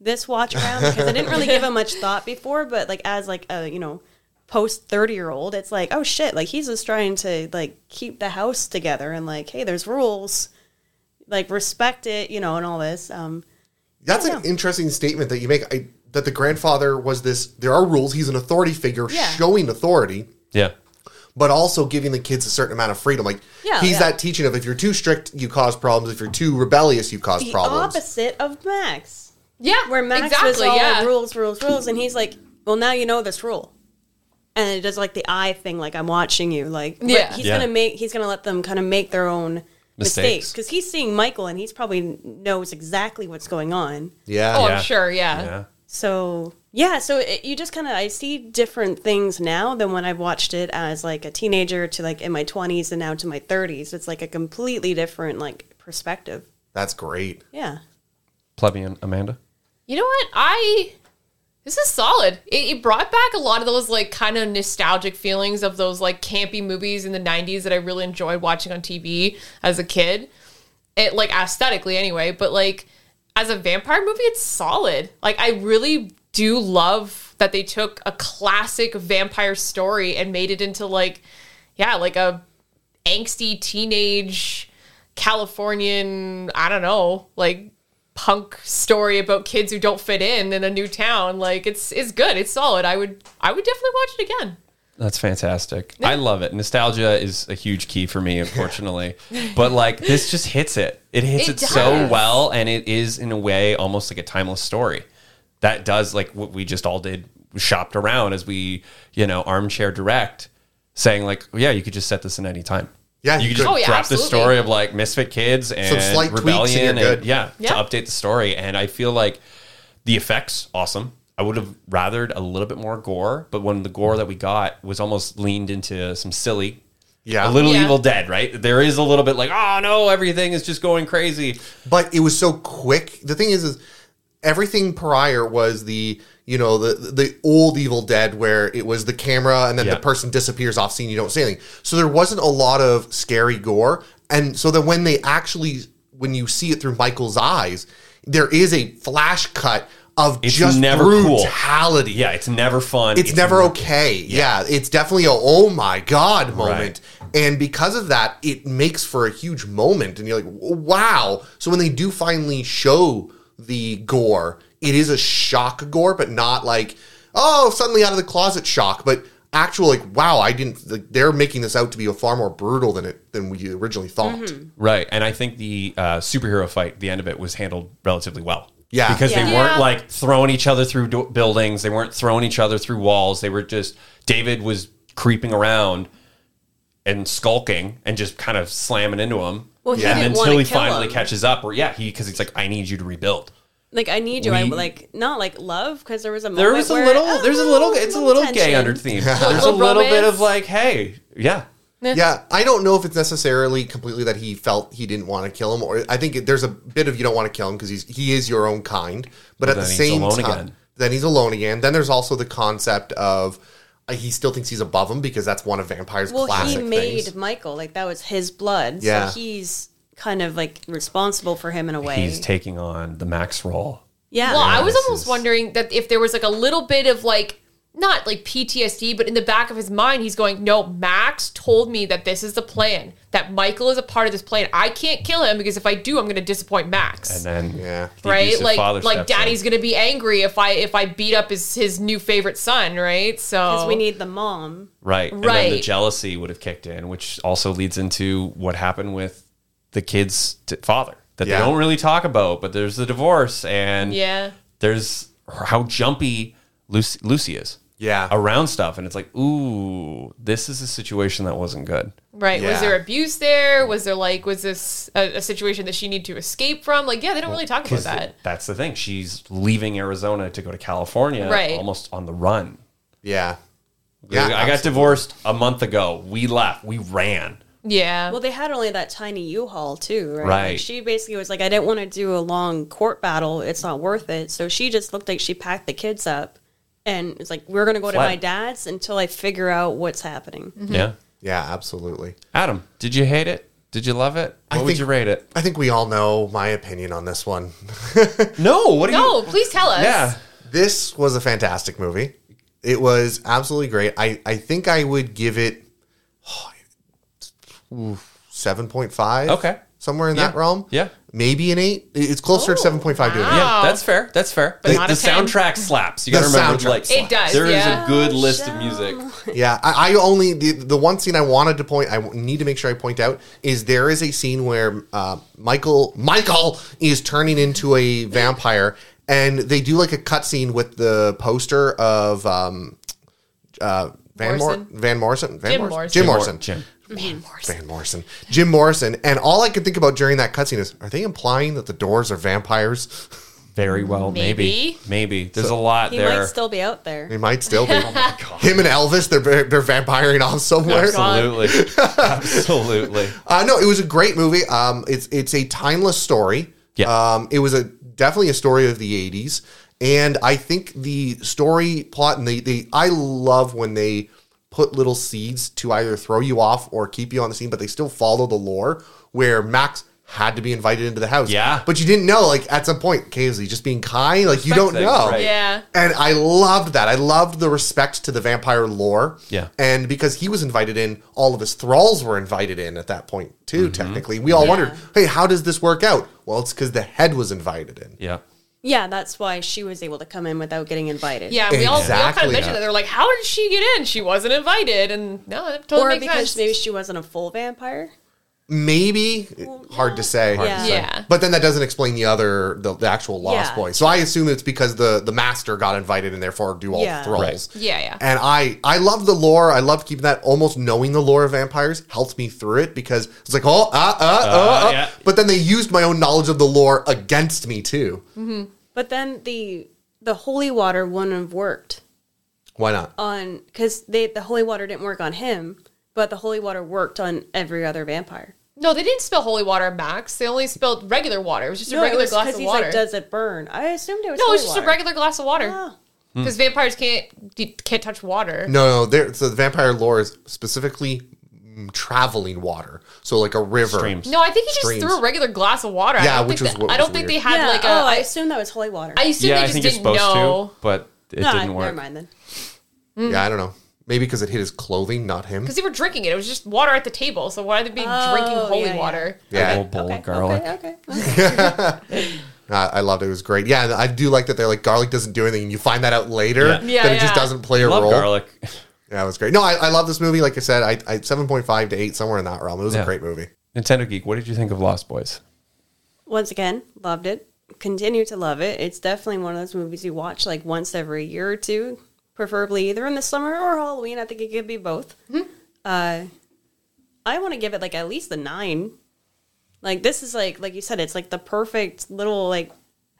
S3: this watch around because I didn't really give him much thought before. But like as like a you know post thirty year old, it's like oh shit, like he's just trying to like keep the house together and like hey, there's rules, like respect it, you know, and all this. Um,
S4: that's
S3: I don't
S4: an
S3: know.
S4: interesting statement that you make. I, that the grandfather was this. There are rules. He's an authority figure
S3: Yeah.
S4: showing authority.
S1: yeah.
S4: but also giving the kids a certain amount of freedom. Like
S3: Yeah,
S4: he's
S3: yeah.
S4: that teaching of if you're too strict, you cause problems. If you're too rebellious, you cause
S3: the
S4: problems.
S3: opposite of Max.
S2: Yeah,
S3: where Max
S2: exactly,
S3: was all
S2: yeah.
S3: rules, rules, rules, and he's like, "Well, now you know this rule," and it does like the eye thing, like I'm watching you, like but
S2: Yeah.
S3: he's
S1: Yeah.
S3: gonna make he's gonna let them kind of make their own
S1: Mistakes.
S3: mistakes because he's seeing Michael and he's probably knows exactly what's going on.
S4: Yeah.
S2: Oh,
S1: Yeah.
S2: I'm sure. Yeah.
S1: Yeah.
S3: So yeah, so it, you just kind of I see different things now than when I've watched it as like a teenager to like in my 20s and now to my 30s. It's like a completely different like perspective.
S4: That's great.
S3: Yeah.
S1: Plebeian Amanda.
S2: You know what? I this is solid. It, it brought back a lot of those like kind of nostalgic feelings of those like campy movies in the '90s that I really enjoyed watching on TV as a kid. It like aesthetically anyway, but like as a vampire movie, it's solid. Like I really do love that they took a classic vampire story and made it into like yeah, like a angsty teenage Californian, I don't know, like punk story about kids who don't fit in in a new town. Like it's it's good. It's solid. I would I would definitely watch it again.
S1: That's fantastic. I love it. Nostalgia is a huge key for me, unfortunately. but like this just hits it. It hits it,
S2: It
S1: so
S2: does.
S1: well and it is in a way almost like a timeless story. That does like what we just all did shopped around as we, you know, armchair direct saying like, yeah, you could just set this in any time.
S4: Yeah,
S1: You
S4: you
S1: could just
S4: could. Oh,
S2: yeah,
S1: drop the
S2: absolutely.
S1: story of like misfit kids and
S4: slight tweaks and
S1: rebellion
S4: you're
S1: and,
S4: good.
S1: yeah,
S2: Yeah.
S1: to update the story. And I feel like the effects awesome. I would have rathered a little bit more gore, but when the gore that we got was almost leaned into some silly,
S4: Yeah.
S1: a little
S2: Yeah.
S1: Evil Dead, right? There is a little bit like, oh no, everything is just going crazy.
S4: But it was so quick. The thing is, is everything prior was the you know the the old Evil Dead where it was the camera and then
S1: Yeah.
S4: the person disappears off scene. You don't see anything. So there wasn't a lot of scary gore. And so then when they actually when you see it through Michael's eyes, there is a flash cut of
S1: It's
S4: just
S1: never cool.
S4: brutality.
S1: Yeah, it's never fun.
S4: it's, never okay. Yeah. it's definitely a oh my god moment. And because of that, it makes for a huge moment and you're like wow. So when they do finally show the gore, it is a shock gore but not like oh, suddenly out of the closet shock, but actual like wow, I didn't like, they're making this out to be a far more brutal than it than we originally thought.
S1: Right. And I think the uh, superhero fight, the end of it was handled relatively well.
S4: Yeah.
S1: because they
S3: Yeah.
S1: weren't
S2: Yeah.
S1: like throwing each other through do- buildings. They weren't throwing each other through walls. They were just David was creeping around and skulking and just kind of slamming into him.
S3: Well, he
S1: and
S3: didn't
S1: until
S3: wanna
S1: he
S3: kill
S1: finally
S3: him. Oh,
S1: catches up, or yeah, he because he's like, I need you to rebuild.
S3: Like I need you. I
S1: We-
S3: like not like love because there was a moment
S1: There was a
S3: where-
S1: little,
S3: oh,
S1: there's a little, it's a little gay
S3: tension.
S1: under
S3: <laughs>
S1: theme. There's a
S2: Little
S1: little bit
S2: romance.
S1: of like, hey, yeah,
S4: yeah, I don't know if it's necessarily completely that he felt he didn't want to kill him, or I think it, there's a bit of you don't want to kill him because he's he is your own kind. But at
S1: then
S4: the
S1: he's
S4: same
S1: alone
S4: time,
S1: again.
S4: then he's alone again. Then there's also the concept of uh, he still thinks he's above him because that's one of vampire's
S3: Well,
S4: classic
S3: he made
S4: things.
S3: Michael like that was his blood.
S4: Yeah.
S3: so he's kind of like responsible for him in a way.
S1: he's taking on the Max role.
S3: yeah,
S2: Well, I was
S1: this
S2: almost
S1: is-
S2: wondering that if there was like a little bit of like not like PTSD, but in the back of his mind, he's going, "No, Max told me that this is the plan. That Michael is a part of this plan. I can't kill him because if I do, I'm going to disappoint
S1: And
S2: Max."
S1: then,
S4: Yeah.
S1: the
S2: Right,
S1: abusive
S2: like
S1: father
S2: like
S1: steps in.
S2: daddy's gonna be angry if I if I beat up his his new favorite son, right? So
S3: because we need the mom.
S1: Right. And then the
S2: Right.
S1: jealousy would have kicked in, which also leads into what happened with the kid's t- father that
S4: Yeah.
S1: they don't really talk about, but there's the divorce and
S2: yeah,
S1: there's how jumpy Lucy, Lucy is
S4: Yeah.
S1: around stuff. And it's like, ooh, this is a situation that wasn't good.
S2: right.
S4: Yeah.
S2: Was there abuse there? Was there like was this a, a situation that she needed to escape from? Like, yeah, they don't really talk about
S1: 'Cause
S2: that.
S1: That's the thing. She's leaving Arizona to go to California
S2: Right.
S1: almost on the run.
S4: Yeah.
S1: I got
S4: absolutely.
S1: divorced a month ago. We left. We ran.
S2: Yeah,
S3: Well, they had only that tiny U-Haul too, right? Like,
S1: Right.
S3: she basically was like, "I didn't want to do a long court battle. It's not worth it." So she just looked like she packed the kids up and it's like, "We're gonna go to
S1: Fled.
S3: my dad's until I figure out what's happening."
S2: Mm-hmm.
S1: Yeah.
S4: Yeah, absolutely.
S1: Adam, did you hate it? Did you love it? What
S4: I
S1: would
S4: think-
S1: you rate it?
S4: I think we all know my opinion on this one.
S1: No, what do
S2: no, please tell us.
S1: Yeah.
S4: this was a fantastic movie. It was absolutely great. I, I think I would give it <sighs> seven point five.
S1: Okay.
S4: somewhere in that
S1: Yeah.
S4: realm.
S1: Yeah.
S4: maybe an eight. It- It's closer to
S2: Oh,
S4: seven point five to an
S2: wow.
S4: eight.
S1: Yeah, that's fair. That's fair.
S2: But
S1: the
S2: not
S1: the
S2: a 10.
S1: soundtrack slaps. You gotta
S4: The
S1: remember,
S4: soundtrack
S1: like
S2: It does,
S1: There is
S2: yeah.
S1: a good list of music.
S4: Yeah, I, I only the, the one scene I wanted to point. I need to make sure I point out is there is a scene where uh, Michael Michael is turning into a vampire, and they do like a cutscene with the poster of um, uh, Van Morrison.
S2: Morrison.
S4: Van Morrison. Van
S2: Jim
S4: Morrison.
S2: Morrison.
S4: Jim Morrison.
S1: Jim.
S2: Man, Morrison.
S4: Van Morrison. Jim Morrison. And all I could think about during that cutscene is, are they implying that the doors are vampires?
S1: Very well, maybe,
S2: Maybe.
S1: maybe. There's a lot
S3: He
S1: there.
S3: might still be out there.
S4: They might
S2: <laughs>
S4: still be.
S1: God.
S4: Him and Elvis, they're they're vampiring off somewhere.
S1: Absolutely,
S4: <laughs>
S1: absolutely.
S4: Uh, no, it was a great movie. Um, it's it's a timeless story.
S1: Yeah.
S4: Um, it was a definitely a story of the '80s, and I think the story plot and the the I love when they put little seeds to either throw you off or keep you on the scene, but they still follow the lore where Max had to be invited into the house.
S1: Yeah.
S4: But you didn't know, like at some point, okay, is he just being kind? Like you
S1: Respect
S4: don't
S1: things,
S4: know.
S1: right.
S2: Yeah.
S4: And I loved that. I loved the respect to the vampire lore.
S1: Yeah.
S4: And because he was invited in, all of his thralls were invited in at that point, too,
S1: Mm-hmm.
S4: technically. We all wondered, hey, how does this work out? Well, it's because the head was invited in.
S1: Yeah,
S3: Yeah, that's why she was able to come in without getting invited.
S2: Yeah, we all, we all kind
S4: Exactly.
S2: of mentioned that. They're like, how did she get in? She wasn't invited. And no, that totally
S3: Or
S2: makes
S3: because
S2: sense.
S3: maybe she wasn't a full vampire.
S4: Maybe, hard to say.
S3: yeah.
S2: yeah.
S4: But then that doesn't explain the other, the, the actual Lost
S3: Yeah.
S4: Boy. So I assume it's because the, the master got invited and therefore do all
S3: Yeah.
S4: thralls.
S2: Yeah, yeah.
S4: And I I love the lore. I love keeping that almost knowing the lore of vampires helped me through it because it's like oh uh uh uh, uh.
S1: yeah.
S4: but then they used my own knowledge of the lore against me too.
S3: But then the the holy water wouldn't have worked
S4: Why not?
S3: on because they the holy water didn't work on him, but the holy water worked on every other vampire.
S2: No, they didn't spill holy water, Max. They only spilled regular water. It was just a regular
S3: was
S2: glass
S3: 'cause
S2: of
S3: he's
S2: water.
S3: like, does it burn? I assumed it was.
S2: no,
S3: holy
S2: it's just
S3: water.
S2: a regular glass of water.
S3: Oh.
S4: Hmm.
S2: Because vampires can't d- can't touch water.
S4: No, no. There, so the vampire lore is specifically mm, traveling water, so like a river.
S1: streams.
S2: No, I think he just
S4: Streams.
S2: threw a regular glass of water.
S4: Yeah,
S2: I don't
S4: which
S2: think
S4: was
S2: that-
S4: what
S2: I don't
S4: was
S2: think
S4: weird.
S2: they had
S3: yeah,
S2: like a.
S3: oh, I
S2: I
S3: assumed that was holy water.
S2: I assume
S1: yeah,
S2: they
S1: I
S2: just
S1: think you're
S2: didn't
S1: supposed
S2: know.
S1: to, but it
S3: no,
S1: didn't
S3: never
S1: work.
S3: mind then.
S4: Yeah, I don't know. Maybe because it hit his clothing, not him.
S2: Because they were drinking it. It was just water at the table. So why would they be
S3: Oh,
S2: drinking holy
S3: yeah, yeah.
S2: water?
S1: A
S4: Yeah,
S1: whole bowl
S3: Okay,
S1: of garlic.
S3: Okay, okay.
S4: I, I loved it. It was great. Yeah, I do like that. They're like garlic doesn't do anything. and You find that out later
S1: Yeah.
S2: Yeah,
S4: that it just
S2: yeah.
S4: doesn't play a
S1: Love
S4: role.
S1: garlic.
S4: Yeah, it was great. No, I, I love this movie. Like I said, I, I seven point five to eight somewhere in that realm. It was
S1: Yeah.
S4: a great movie.
S1: Nintendo geek. What did you think of Lost Boys?
S3: Once again, loved it. continue to love it. It's definitely one of those movies you watch like once every year or two, preferably either in the summer or Halloween. I think it could be both. Uh, I want to give it like at least a nine. Like this is like like you said, it's like the perfect little like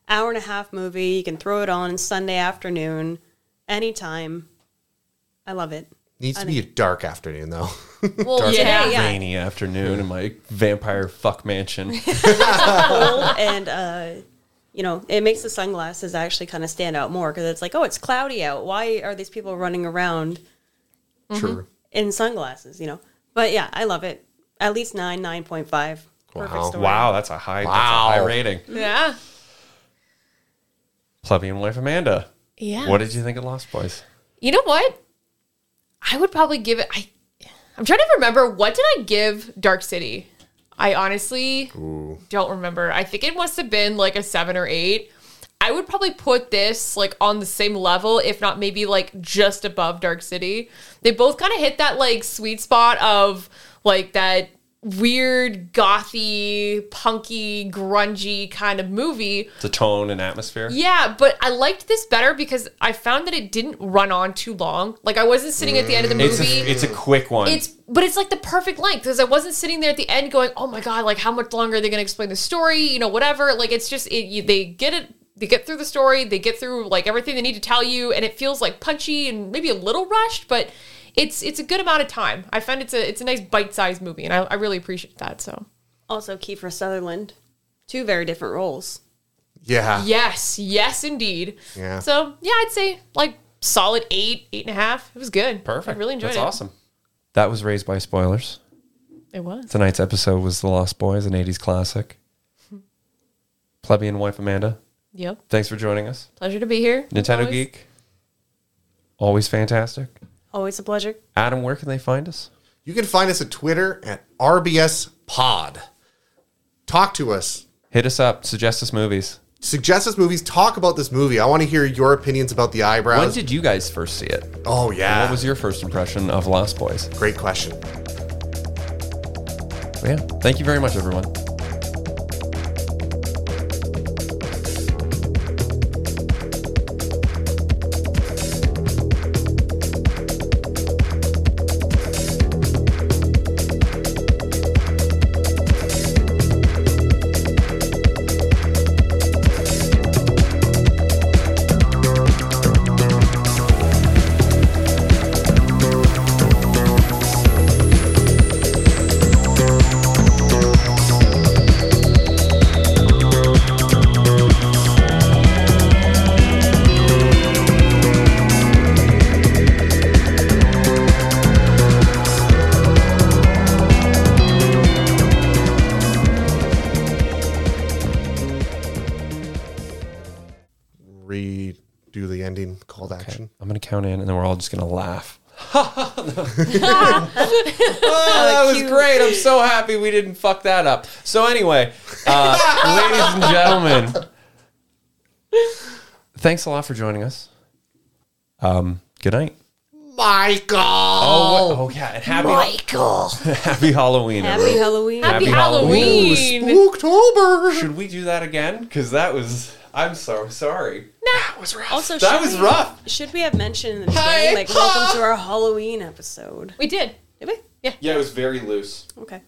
S3: hour and a half movie. You can throw it on Sunday afternoon, anytime. I love it.
S4: Needs to be a dark afternoon though.
S2: Well,
S1: Dark
S2: yeah, yeah.
S1: rainy afternoon in my vampire fuck mansion.
S2: <laughs>
S3: cold and uh, you know it makes the sunglasses actually kind of stand out more because it's like oh it's cloudy out why are these people running around
S2: Mm-hmm.
S4: True.
S3: in sunglasses you know but yeah i love it at least 9 9.5 perfect
S4: Wow.
S3: story
S1: wow, that's a high,
S4: Wow.
S1: that's a high rating.
S2: Yeah.
S1: Plebeian wife Amanda.
S2: Yeah.
S1: What did you think of Lost Boys?
S2: You know what? I would probably give it. I, I'm trying to remember what did I give Dark City. I honestly don't remember. I think it must have been like a seven or eight. I would probably put this like on the same level, if not maybe like just above Dark City. They both kind of hit that like sweet spot of like that weird gothy, punky, grungy kind of movie.
S1: The tone and atmosphere.
S2: Yeah, but I liked this better because I found that it didn't run on too long. Like I wasn't sitting at the end of the
S1: It's
S2: movie.
S1: a, it's a quick one.
S2: It's but it's like the perfect length because I wasn't sitting there at the end going, "Oh my god, like how much longer are they going to explain the story?" You know, whatever. Like it's just it, you, they get it, they get through the story, they get through like everything they need to tell you, and it feels like punchy and maybe a little rushed, but it's it's a good amount of time. I found it's a it's a nice bite sized movie, and I, I really appreciate that. So
S3: also kiefer sutherland two very different roles
S4: Yeah.
S2: yes, yes, indeed.
S4: Yeah.
S2: So yeah, I'd say like solid eight, eight and a half. It was good.
S1: Perfect.
S2: I really enjoyed
S1: That's
S2: it.
S1: awesome. That was raised by spoilers.
S2: It was.
S1: Tonight's episode was The Lost Boys, an 80s classic. Plebeian wife Amanda,
S2: Yep.
S1: thanks for joining us.
S2: Pleasure to be here.
S1: Nintendo
S2: Always.
S1: Geek, always fantastic.
S3: always a pleasure
S1: Adam, where can they find us?
S4: You can find us at Twitter at RBS Pod. Talk to us.
S1: Hit us up, suggest us movies.
S4: Suggest us movies. Talk about this movie. I want to hear your opinions about the
S1: When
S4: eyebrows.
S1: did you guys first see it?
S4: oh yeah.
S1: What was your first impression of Lost Boys?
S4: great question?
S1: Yeah. Thank you very much, everyone.
S4: Redo the ending call to action.
S1: I'm going to count in and then we're all just going to laugh. <laughs> that Ah, was great. I'm so happy we didn't fuck that up. So, anyway, uh, ladies and gentlemen, thanks a lot for joining us. Um, good night.
S4: Michael.
S1: Oh, what- oh yeah. And happy,
S3: michael
S1: happy Halloween.
S3: happy
S1: everyone.
S3: halloween
S2: Happy,
S1: Happy
S2: Halloween.
S1: Halloween.
S4: Spooktober.
S1: Should we do that again? Because that was. I'm so sorry.
S4: That was rough.
S3: also
S1: That
S3: should
S1: was
S3: we-
S1: rough.
S3: should we have mentioned in the
S1: Hi,
S3: beginning like
S1: Pa.
S3: welcome to our halloween episode
S2: We did.
S3: did we
S1: Yeah, it was very loose.
S3: okay